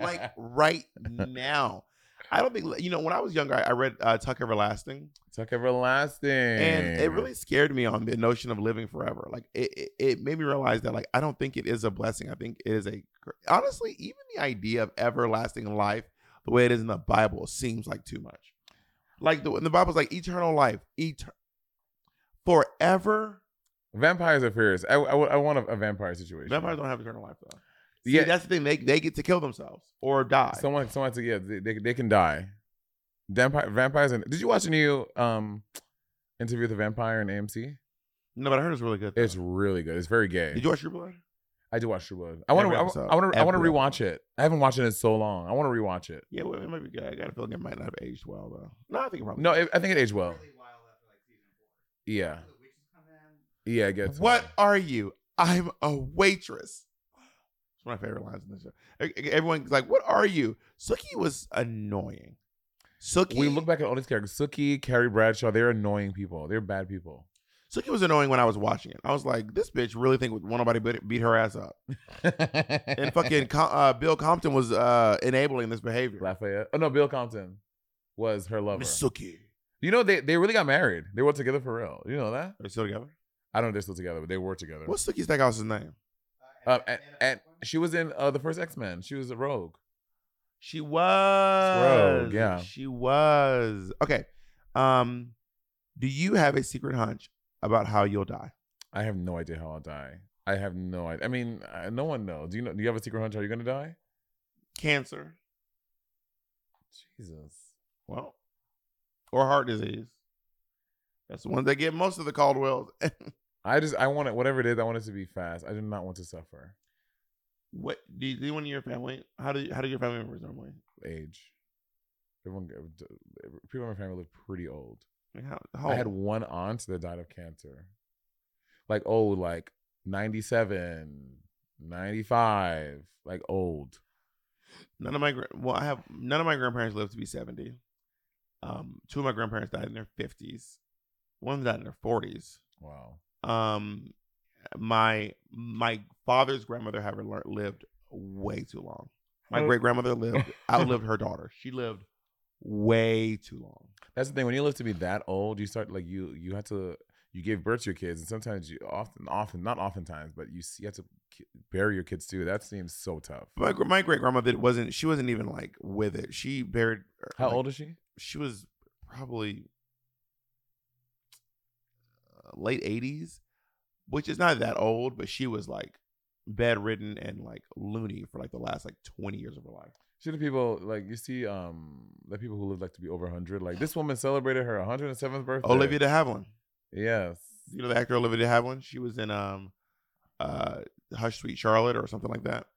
Speaker 1: like right now I don't think you know. When I was younger, I, I read uh, Tuck Everlasting,
Speaker 3: Tuck everlasting.
Speaker 1: and it really scared me on the notion of living forever. Like it, it, it made me realize that like I don't think it is a blessing. I think it is a cr- honestly even the idea of everlasting life, the way it is in the Bible, seems like too much. Like the in the Bible's like eternal life, etern forever.
Speaker 3: vampires are fierce. I, I, I want a, a vampire situation.
Speaker 1: Vampires don't have eternal life though. yeah,
Speaker 3: Yeah,
Speaker 1: that's the thing. They they get to kill themselves or die.
Speaker 3: someone someone has to yeah they, they, they can die. Vampire vampires and did you watch the new um interview with the vampire in AMC?
Speaker 1: no, but I heard it's really good. though.
Speaker 3: It's really good. It's very gay.
Speaker 1: Did you watch True Blood?
Speaker 3: I do watch True Blood. I want to.
Speaker 1: Every
Speaker 3: I
Speaker 1: episode.
Speaker 3: want to. I want to
Speaker 1: Every
Speaker 3: rewatch it. I haven't watched it in so long. I want to rewatch it.
Speaker 1: Yeah, well, it might be good. I got a feeling it might not have aged well though. No, I think it probably.
Speaker 3: No, it, I think it aged well.
Speaker 4: really wild after like season four.
Speaker 3: Yeah.
Speaker 4: The witches come in.
Speaker 3: Yeah, I guess.
Speaker 1: What are you? I'm a waitress. It's one of my favorite lines in the show. E- e- Everyone's like, "What are you?" Sookie was annoying. Sookie.
Speaker 3: We look back at all these characters: Suki, Carrie Bradshaw. They're annoying people. They're bad people.
Speaker 1: Sookie was annoying when I was watching it. I was like, "This bitch really think one nobody beat, beat her ass up." And fucking Com- uh, Bill Compton was uh, enabling this behavior.
Speaker 3: Lafayette. Oh no, Bill Compton was her lover.
Speaker 1: Miss Sookie.
Speaker 3: You know they they really got married. They were together for real. You know that?
Speaker 1: Are they still together?
Speaker 3: I don't know if they're still together, but they were together.
Speaker 1: What's Sookie Stackhouse's name?
Speaker 3: Uh,
Speaker 4: and,
Speaker 3: and, and she was in uh, the first X Men. She was a rogue.
Speaker 1: She was.
Speaker 3: Rogue, yeah.
Speaker 1: She was. Okay. Um, do you have a secret hunch about how you'll die?
Speaker 3: I have no idea how I'll die. I have no idea. I mean, uh, no one knows. Do you know? Do you have a secret hunch? Are you gonna die?
Speaker 1: Cancer.
Speaker 3: Jesus.
Speaker 1: Well, or heart disease. That's the ones that get most of the Caldwells.
Speaker 3: I just I want it. Whatever it is, I want it to be fast. I do not want to suffer.
Speaker 1: what do you, do anyone in your family? How do you, how do your family members normally?
Speaker 3: Age. Everyone. uh, People in my family live pretty old.
Speaker 1: Like how, how
Speaker 3: I had one aunt that died of cancer. Like old, like 97, 95, like old.
Speaker 1: none of my gra- well, I have none of my grandparents lived to be seventy. Um, two of my grandparents died in their fifties. One of them died in their forties.
Speaker 3: Wow.
Speaker 1: Um, my my father's grandmother, however, lear- lived way too long. My
Speaker 3: Oh.
Speaker 1: great grandmother lived outlived her daughter. She lived way too long.
Speaker 3: That's the thing. When you live to be that old, you start like you you have to you give birth to your kids, and sometimes you often often not oftentimes, but you see, you have to ki- bury your kids too. That seems so tough.
Speaker 1: My gr- my great grandmother wasn't. She wasn't even like with it. She buried. er,
Speaker 3: How
Speaker 1: like,
Speaker 3: old is she?
Speaker 1: She was probably uh, late eighties, which is not that old. But she was like bedridden and like loony for like the last like twenty years of her life.
Speaker 3: See the people like you see um the people who live like to be over hundred. Like this woman celebrated her 107th birthday.
Speaker 1: Olivia De Havilland,
Speaker 3: Yes.
Speaker 1: you know the actor Olivia De Havilland. She was in um, uh, Hush, Sweet Charlotte, or something like that.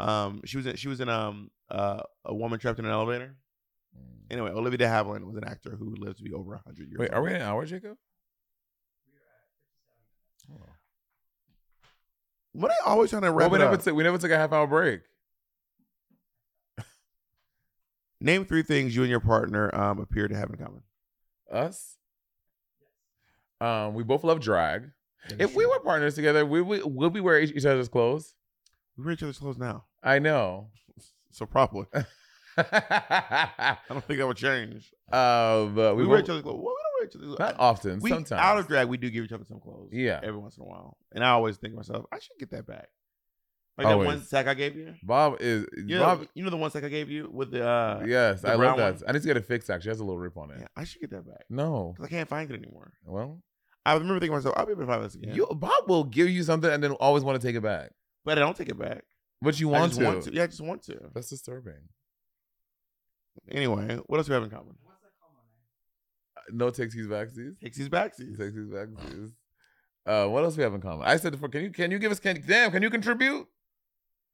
Speaker 1: Um, she was in, she was in um uh, a woman trapped in an elevator. Anyway, Olivia De Havilland was an actor who lived to be over hundred years.
Speaker 3: Mm. Wait,
Speaker 1: old.
Speaker 3: are we in an hour, Jacob? Oh.
Speaker 1: What are you always trying to wrap
Speaker 3: Well, we
Speaker 1: it
Speaker 3: never
Speaker 1: up?
Speaker 3: took we never took a half hour break.
Speaker 1: Name three things you and your partner um, appear to have in common.
Speaker 3: Us. Um, we both love drag. If we were partners together, we would we, would we wear each, each other's clothes?
Speaker 1: we wear each other's clothes now,
Speaker 3: I know.
Speaker 1: so probably I
Speaker 3: um,
Speaker 1: don't think that would change.
Speaker 3: Uh, but
Speaker 1: We,
Speaker 3: we,
Speaker 1: wear
Speaker 3: were
Speaker 1: each other's clothes. Well, we don't wear each other's
Speaker 3: not often.
Speaker 1: We
Speaker 3: sometimes
Speaker 1: out of drag, we do give each other some clothes.
Speaker 3: Yeah.
Speaker 1: every once in a while, and I always think to myself, I should get that back. Like
Speaker 3: Always.
Speaker 1: that one sack I gave you.
Speaker 3: Bob is
Speaker 1: You know,
Speaker 3: Bob.
Speaker 1: you know the one sack I gave you with the. Uh,
Speaker 3: yes,
Speaker 1: the
Speaker 3: I love
Speaker 1: brown
Speaker 3: that.
Speaker 1: one.
Speaker 3: I need to get it fixed. Actually, it has a little rip on it.
Speaker 1: yeah, I should get that back
Speaker 3: No.
Speaker 1: because I can't find it anymore.
Speaker 3: Well,
Speaker 1: I remember thinking to myself, I'll be able to find this again,
Speaker 3: you Bob will give you something and then always want to take it back.
Speaker 1: but I don't take it back.
Speaker 3: But you
Speaker 1: I
Speaker 3: want
Speaker 1: just
Speaker 3: to.
Speaker 1: want to. Yeah, I just want to.
Speaker 3: That's disturbing.
Speaker 1: Anyway, what else we have in common?
Speaker 4: what's that called? Monet?
Speaker 3: Uh, No takesies, backsies.
Speaker 1: Takesies, backsies.
Speaker 3: Sexies, backsies. Uh, what else we have in common? I said, for, can you can you give us can damn can you contribute?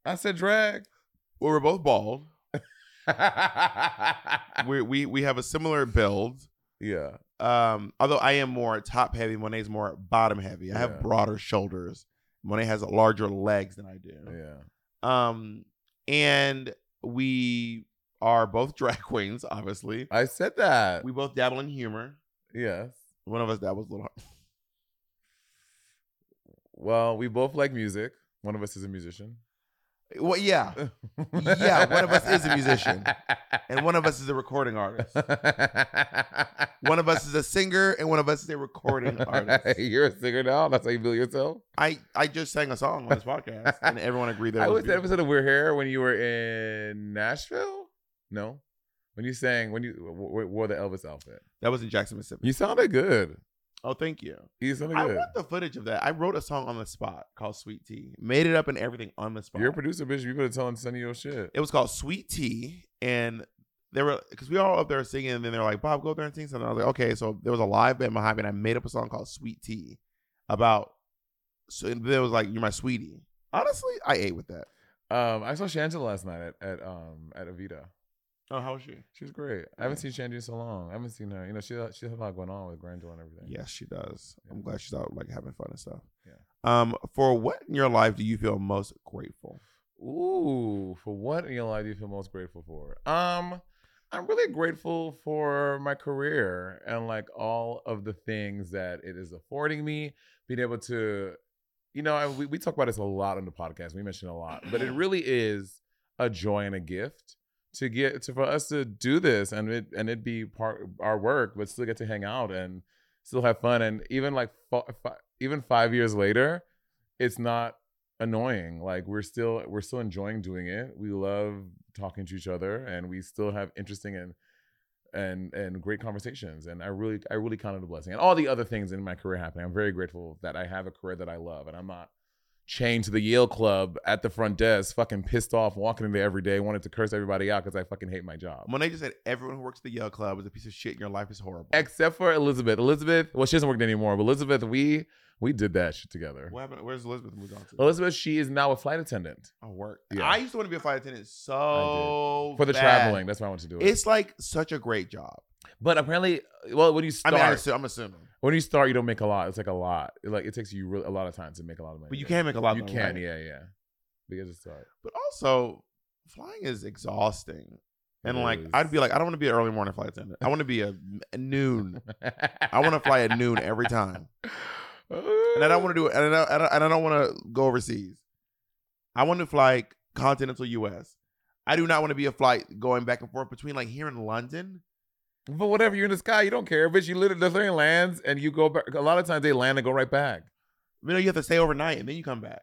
Speaker 3: I said drag.
Speaker 1: Well, we're both bald. we we we have a similar build.
Speaker 3: yeah,
Speaker 1: Um, although I am more top heavy, Monet's more bottom heavy. I
Speaker 3: Yeah.
Speaker 1: have broader shoulders. Monet has larger legs than I do.
Speaker 3: yeah.
Speaker 1: Um, and we are both drag queens, obviously.
Speaker 3: I said that.
Speaker 1: We both dabble in humor.
Speaker 3: yes.
Speaker 1: One of us dabbles a little.
Speaker 3: Well, we both like music. One of us is a musician.
Speaker 1: Well, yeah. Yeah, one of us is a musician. And one of us is a recording artist. One of us is a singer, and one of us is a recording artist.
Speaker 3: You're a singer now. That's how you feel yourself.
Speaker 1: I, I just sang a song on this podcast, and everyone agreed that
Speaker 3: I
Speaker 1: it was
Speaker 3: was the
Speaker 1: beautiful.
Speaker 3: episode of We're Here when you were in Nashville. No, when you sang when you w- w- wore the Elvis outfit,
Speaker 1: that was in Jackson, Mississippi.
Speaker 3: you sounded good.
Speaker 1: Oh, thank you.
Speaker 3: You sounded
Speaker 1: I
Speaker 3: good.
Speaker 1: want the footage of that. I wrote a song on the spot called "Sweet Tea." Made it up and everything on the spot.
Speaker 3: You're a producer, bitch. You better tell him to send you your shit.
Speaker 1: it was called Sweet Tea, and they were because we all up there singing, and then they're like, "Bob, go up there and sing something." I was like, "Okay." So there was a live band behind me, and I made up a song called "Sweet Tea" about. So and then it was like, "You're my sweetie." Honestly, I ate with that.
Speaker 3: Um, I saw Shangela last night at at um at Avita.
Speaker 1: Oh, how was she?
Speaker 3: She was great. I haven't seen Shandy in so long. I haven't seen her. You know, she she has a lot going on with Grandeur and everything.
Speaker 1: Yes, she does. I'm
Speaker 3: Yeah.
Speaker 1: glad she's out like having fun and stuff.
Speaker 3: Yeah.
Speaker 1: Um, for what in your life do you feel most grateful?
Speaker 3: Ooh, for what in your life do you feel most grateful for? Um, I'm really grateful for my career and like all of the things that it is affording me. Being able to, you know, I, we we talk about this a lot on the podcast. We mention it a lot, but it really is a joy and a gift to get to for us to do this and it and it be part our work, but still get to hang out and still have fun. And even like fi- fi- even five years later, it's not annoying like we're still we're still enjoying doing it we love talking to each other and we still have interesting and and and great conversations and i really i really count it a blessing and all the other things in my career happening i'm very grateful that i have a career that i love and i'm not chained to the yale club at the front desk fucking pissed off walking in there every day wanted to curse everybody out because i fucking hate my job
Speaker 1: When they just said everyone who works at the Yale Club is a piece of shit and your life is horrible.
Speaker 3: except for elizabeth elizabeth well she doesn't work there anymore but elizabeth we we did that shit together
Speaker 1: what happened? Where's Elizabeth moved on to?
Speaker 3: elizabeth she is now a flight attendant
Speaker 1: I work.
Speaker 3: Yeah.
Speaker 1: I used to want to be a flight attendant so
Speaker 3: for the
Speaker 1: bad.
Speaker 3: traveling that's why i want to do it
Speaker 1: It's like such a great job.
Speaker 3: But apparently, well, when you
Speaker 1: I
Speaker 3: start,
Speaker 1: mean, I assume, I'm assuming,
Speaker 3: when you start, you don't make a lot. It's like a lot. It, like it takes you really, a lot of time to make a lot of money.
Speaker 1: but you can make a lot.
Speaker 3: You
Speaker 1: though,
Speaker 3: can,
Speaker 1: right?
Speaker 3: yeah, yeah. Because it's start.
Speaker 1: But also, flying is exhausting. And
Speaker 3: It
Speaker 1: like,
Speaker 3: is.
Speaker 1: I'd be like, I don't want to be an early morning flight attendant. I want to be a, a noon. I want to fly at noon every time, and I don't want to do it. And I don't, and I- and I don't want to go overseas. I want to fly continental U.S. I do not want to be a flight going back and forth between like here and London.
Speaker 3: to. But whatever, you're in the sky. You don't care, bitch. You literally the plane lands and you go back. A lot of times they land and go right back.
Speaker 1: You know, you have to stay overnight and then you come back.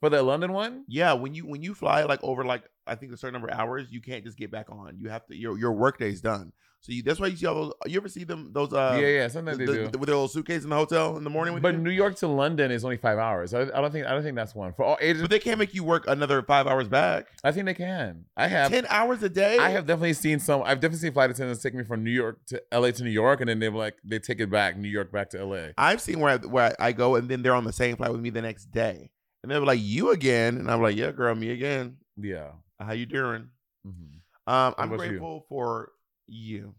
Speaker 3: For the London one,
Speaker 1: Yeah, when you when you fly like over like I think a certain number of hours, you can't just get back on. You have to your your work day's done. So you that's why you see all those. You ever see them those? Uh,
Speaker 3: yeah, yeah. Sometimes
Speaker 1: the-
Speaker 3: they do.
Speaker 1: the- with their little suitcase in the hotel in the morning. With
Speaker 3: but
Speaker 1: you?
Speaker 3: New York to London is only five hours. I, I don't think I don't think that's one for all ages.
Speaker 1: but they can't make you work another five hours back.
Speaker 3: I think they can. I have
Speaker 1: Ten hours a day.
Speaker 3: I have definitely seen some. I've definitely seen flight attendants take me from New York to LA to New York, and then they were like they take it back, New York back to LA.
Speaker 1: I've seen where I, where I go and then they're on the same flight with me the next day, and they were like, "You again?" And I'm like, "Yeah, girl, me again.
Speaker 3: Yeah.
Speaker 1: How you doing?"
Speaker 3: Mhm.
Speaker 1: Um, I'm
Speaker 3: about you?
Speaker 1: grateful for you.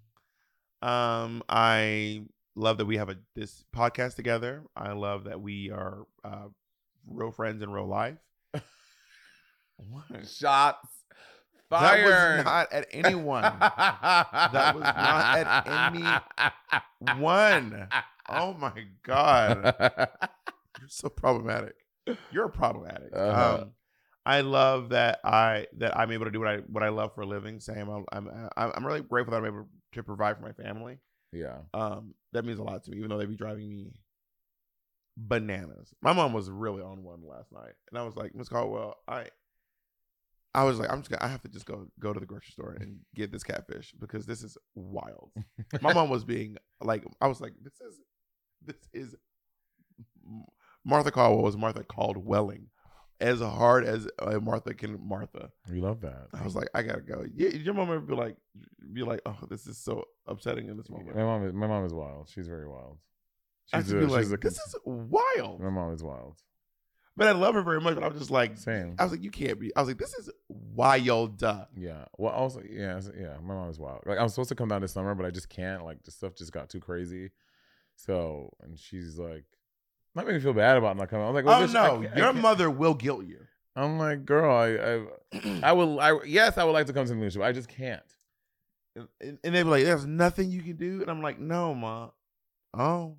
Speaker 1: Um, I love that we have a this podcast together. I love that we are uh, real friends in real life. what?
Speaker 3: Shots
Speaker 1: That was not at anyone. That was not at One. Oh my god, you're so problematic. You're a problematic.
Speaker 3: Uh-huh.
Speaker 1: Um, I love that I that I'm able to do what I what I love for a living. Same. I'm I'm I'm really grateful that I'm able to provide for my family.
Speaker 3: yeah.
Speaker 1: um, that means a lot to me, even though they be driving me bananas. My mom was really on one last night, and I was like, Miss Caldwell, I, I was like, I'm just gonna, I have to just go go to the grocery store and get this catfish because this is wild. My mom was being like, I was like, this is, this is, Martha Caldwell was Martha Caldwelling, as hard as uh, Martha can Martha.
Speaker 3: We love that.
Speaker 1: I was like, I gotta go. Yeah, your mom would be like, be like, oh, this is so upsetting in this moment.
Speaker 3: My mom is my mom is wild. She's very wild.
Speaker 1: I
Speaker 3: She's
Speaker 1: should be
Speaker 3: a-
Speaker 1: like,
Speaker 3: she's a-
Speaker 1: this is wild.
Speaker 3: my mom is wild.
Speaker 1: But I love her very much. But I was just like,
Speaker 3: Same.
Speaker 1: I was like, you can't be. I was like, this is wild.
Speaker 3: Yeah. Well, also, yeah, so- yeah. My mom is wild. Like, I'm supposed to come down this summer, but I just can't. Like, the stuff just got too crazy. So, and she's like, not making me feel bad about not coming. I'm like, well,
Speaker 1: oh
Speaker 3: bitch, I
Speaker 1: no,
Speaker 3: can't- I
Speaker 1: your
Speaker 3: can't-
Speaker 1: mother will guilt you.
Speaker 3: I'm like, girl, I, I, I will. I yes, I would like to come to the moon, but I just can't.
Speaker 1: And, and and they be like, there's nothing you can do. And I'm like, no, ma. Oh.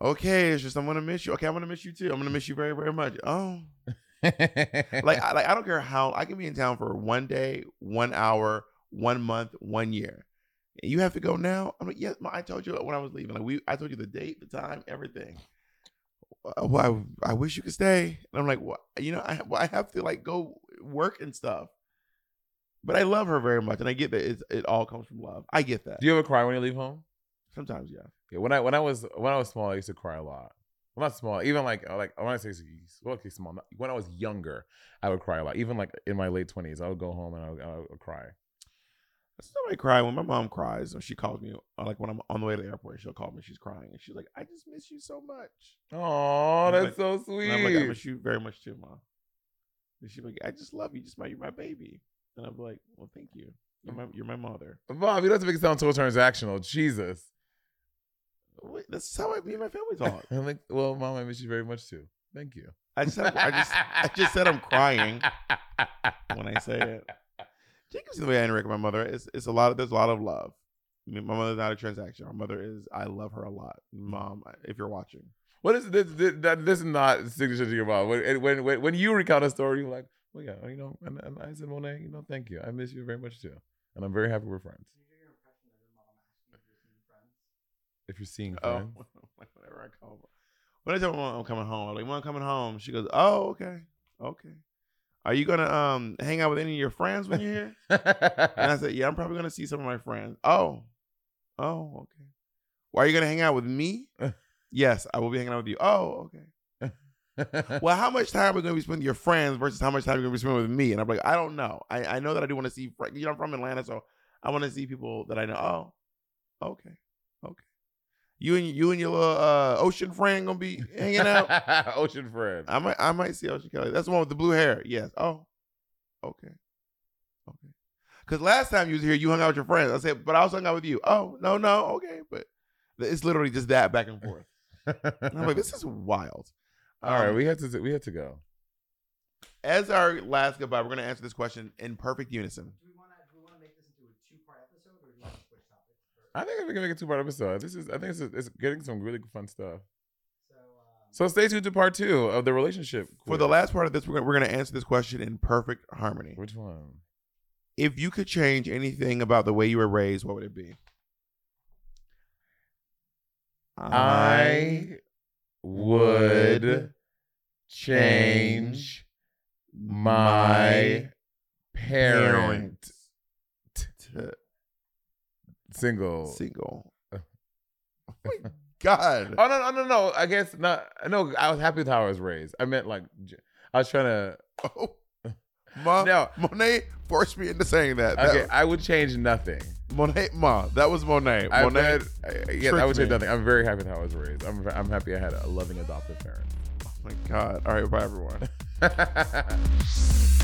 Speaker 1: Okay, it's just I'm gonna miss you. Okay, I'm gonna miss you too. I'm gonna miss you very, very much. Oh. like I, like I don't care how I can be in town for one day, one hour, one month, one year. And You have to go now. I'm like, yes, ma, I told you when I was leaving. Like we, I told you the date, the time, everything. Uh, Well, I, I wish you could stay. And I'm like, what? you know, I well, I have to like go work and stuff. But I love her very much, and I get that it's, it all comes from love. I get that.
Speaker 3: do you ever cry when you leave home?
Speaker 1: Sometimes, yeah.
Speaker 3: Yeah, when I when I was when I was small, I used to cry a lot. Well, not small, even like uh, like I want to say well, okay, small. not- When I was younger, I would cry a lot. Even like in my late twenties, I would go home and I would, I would cry.
Speaker 1: Somebody cry when my mom cries, or she calls me uh, like when I'm on the way to the airport. She'll call me. She's crying, and she's like, "I just miss you so much."
Speaker 3: Oh,
Speaker 1: And I'm
Speaker 3: that's so sweet.
Speaker 1: And I'm like, I miss you very much too, mom. And she's like, I just love you. Just my, you're my baby. And I'm like, well, thank you. You're my, you're my mother.
Speaker 3: Bob, you don't have to make it sound so transactional. Jesus.
Speaker 1: Wait, that's how I, me and my family talk.
Speaker 3: I'm like, well, mom, I miss you very much too. Thank you.
Speaker 1: I just, I just, I just said I'm crying when I say it. Jacob's the way I interact with my mother. It's, it's a lot. Of, there's a lot of love. I mean, my mother's not a transaction. My mother is. I love her a lot, mom. If you're watching,
Speaker 3: What is this? This, that- this is not signature to your mom. When, when when when you recount a story, you're like, well, yeah, you know, and, and I said, Monet, you know, thank you. I miss you very much too, and I'm very happy we're friends.
Speaker 4: Can you do your impression of your mom asking if you're seeing friends?
Speaker 3: If you're seeing
Speaker 1: oh,
Speaker 3: friends,
Speaker 1: whatever I call. When I tell my mom I'm coming home, I'm like, "Mom, I'm coming home." She goes, "Oh, okay, okay." Are you gonna um hang out with any of your friends when you're here? And I said, Yeah, I'm probably gonna see some of my friends. Oh, oh, okay. Why are you gonna hang out with me? yes, I will be hanging out with you. Oh, okay. Well, how much time are we gonna be spending with your friends versus how much time you're gonna be spending with me? And I'm like, I don't know. I, I know that I do want to see friends. You know, I'm from Atlanta, so I want to see people that I know. Oh, okay, okay. You and you and your little uh, ocean friend gonna be hanging out.
Speaker 3: Ocean friends.
Speaker 1: I might I might see Ocean Kelly. That's the one with the blue hair. Yes. Oh. Okay. Okay. Cause last time you was here, you hung out with your friends. I said, but I also hung out with you. Oh, no, no, okay. But th- it's literally just that back and forth. And I'm like, this is wild.
Speaker 3: All right,
Speaker 1: Um,
Speaker 3: we had to we had to go.
Speaker 1: as our last goodbye, we're gonna answer this question in perfect unison.
Speaker 4: Do we want to do we want to make this into a two-part episode, or do you want to switch topics? first?
Speaker 3: I think we can make a two part episode. This is I think it's, it's getting some really fun stuff.
Speaker 4: So, um,
Speaker 3: So stay tuned to part two of the relationship.
Speaker 1: For the last part of this, we're gonna, we're gonna answer this question in perfect harmony.
Speaker 3: which one?
Speaker 1: If you could change anything about the way you were raised, what would it be?
Speaker 3: I would change my parent
Speaker 1: to
Speaker 3: single.
Speaker 1: single. Oh my god!
Speaker 3: Oh no no no no! I guess not. No, I was happy with how I was raised. I meant like j- I was trying to.
Speaker 1: Oh, ma,
Speaker 3: No.
Speaker 1: Monet forced me into saying that. That-
Speaker 3: Okay, I would change nothing.
Speaker 1: Monet, ma, that was Monet.
Speaker 3: I
Speaker 1: Monet,
Speaker 3: meant, I- yes, I
Speaker 1: tricked
Speaker 3: would change
Speaker 1: me.
Speaker 3: nothing. I'm very happy with how I was raised. I'm I'm happy I had a loving adoptive
Speaker 1: oh my god! All right, bye everyone.
Speaker 3: parent.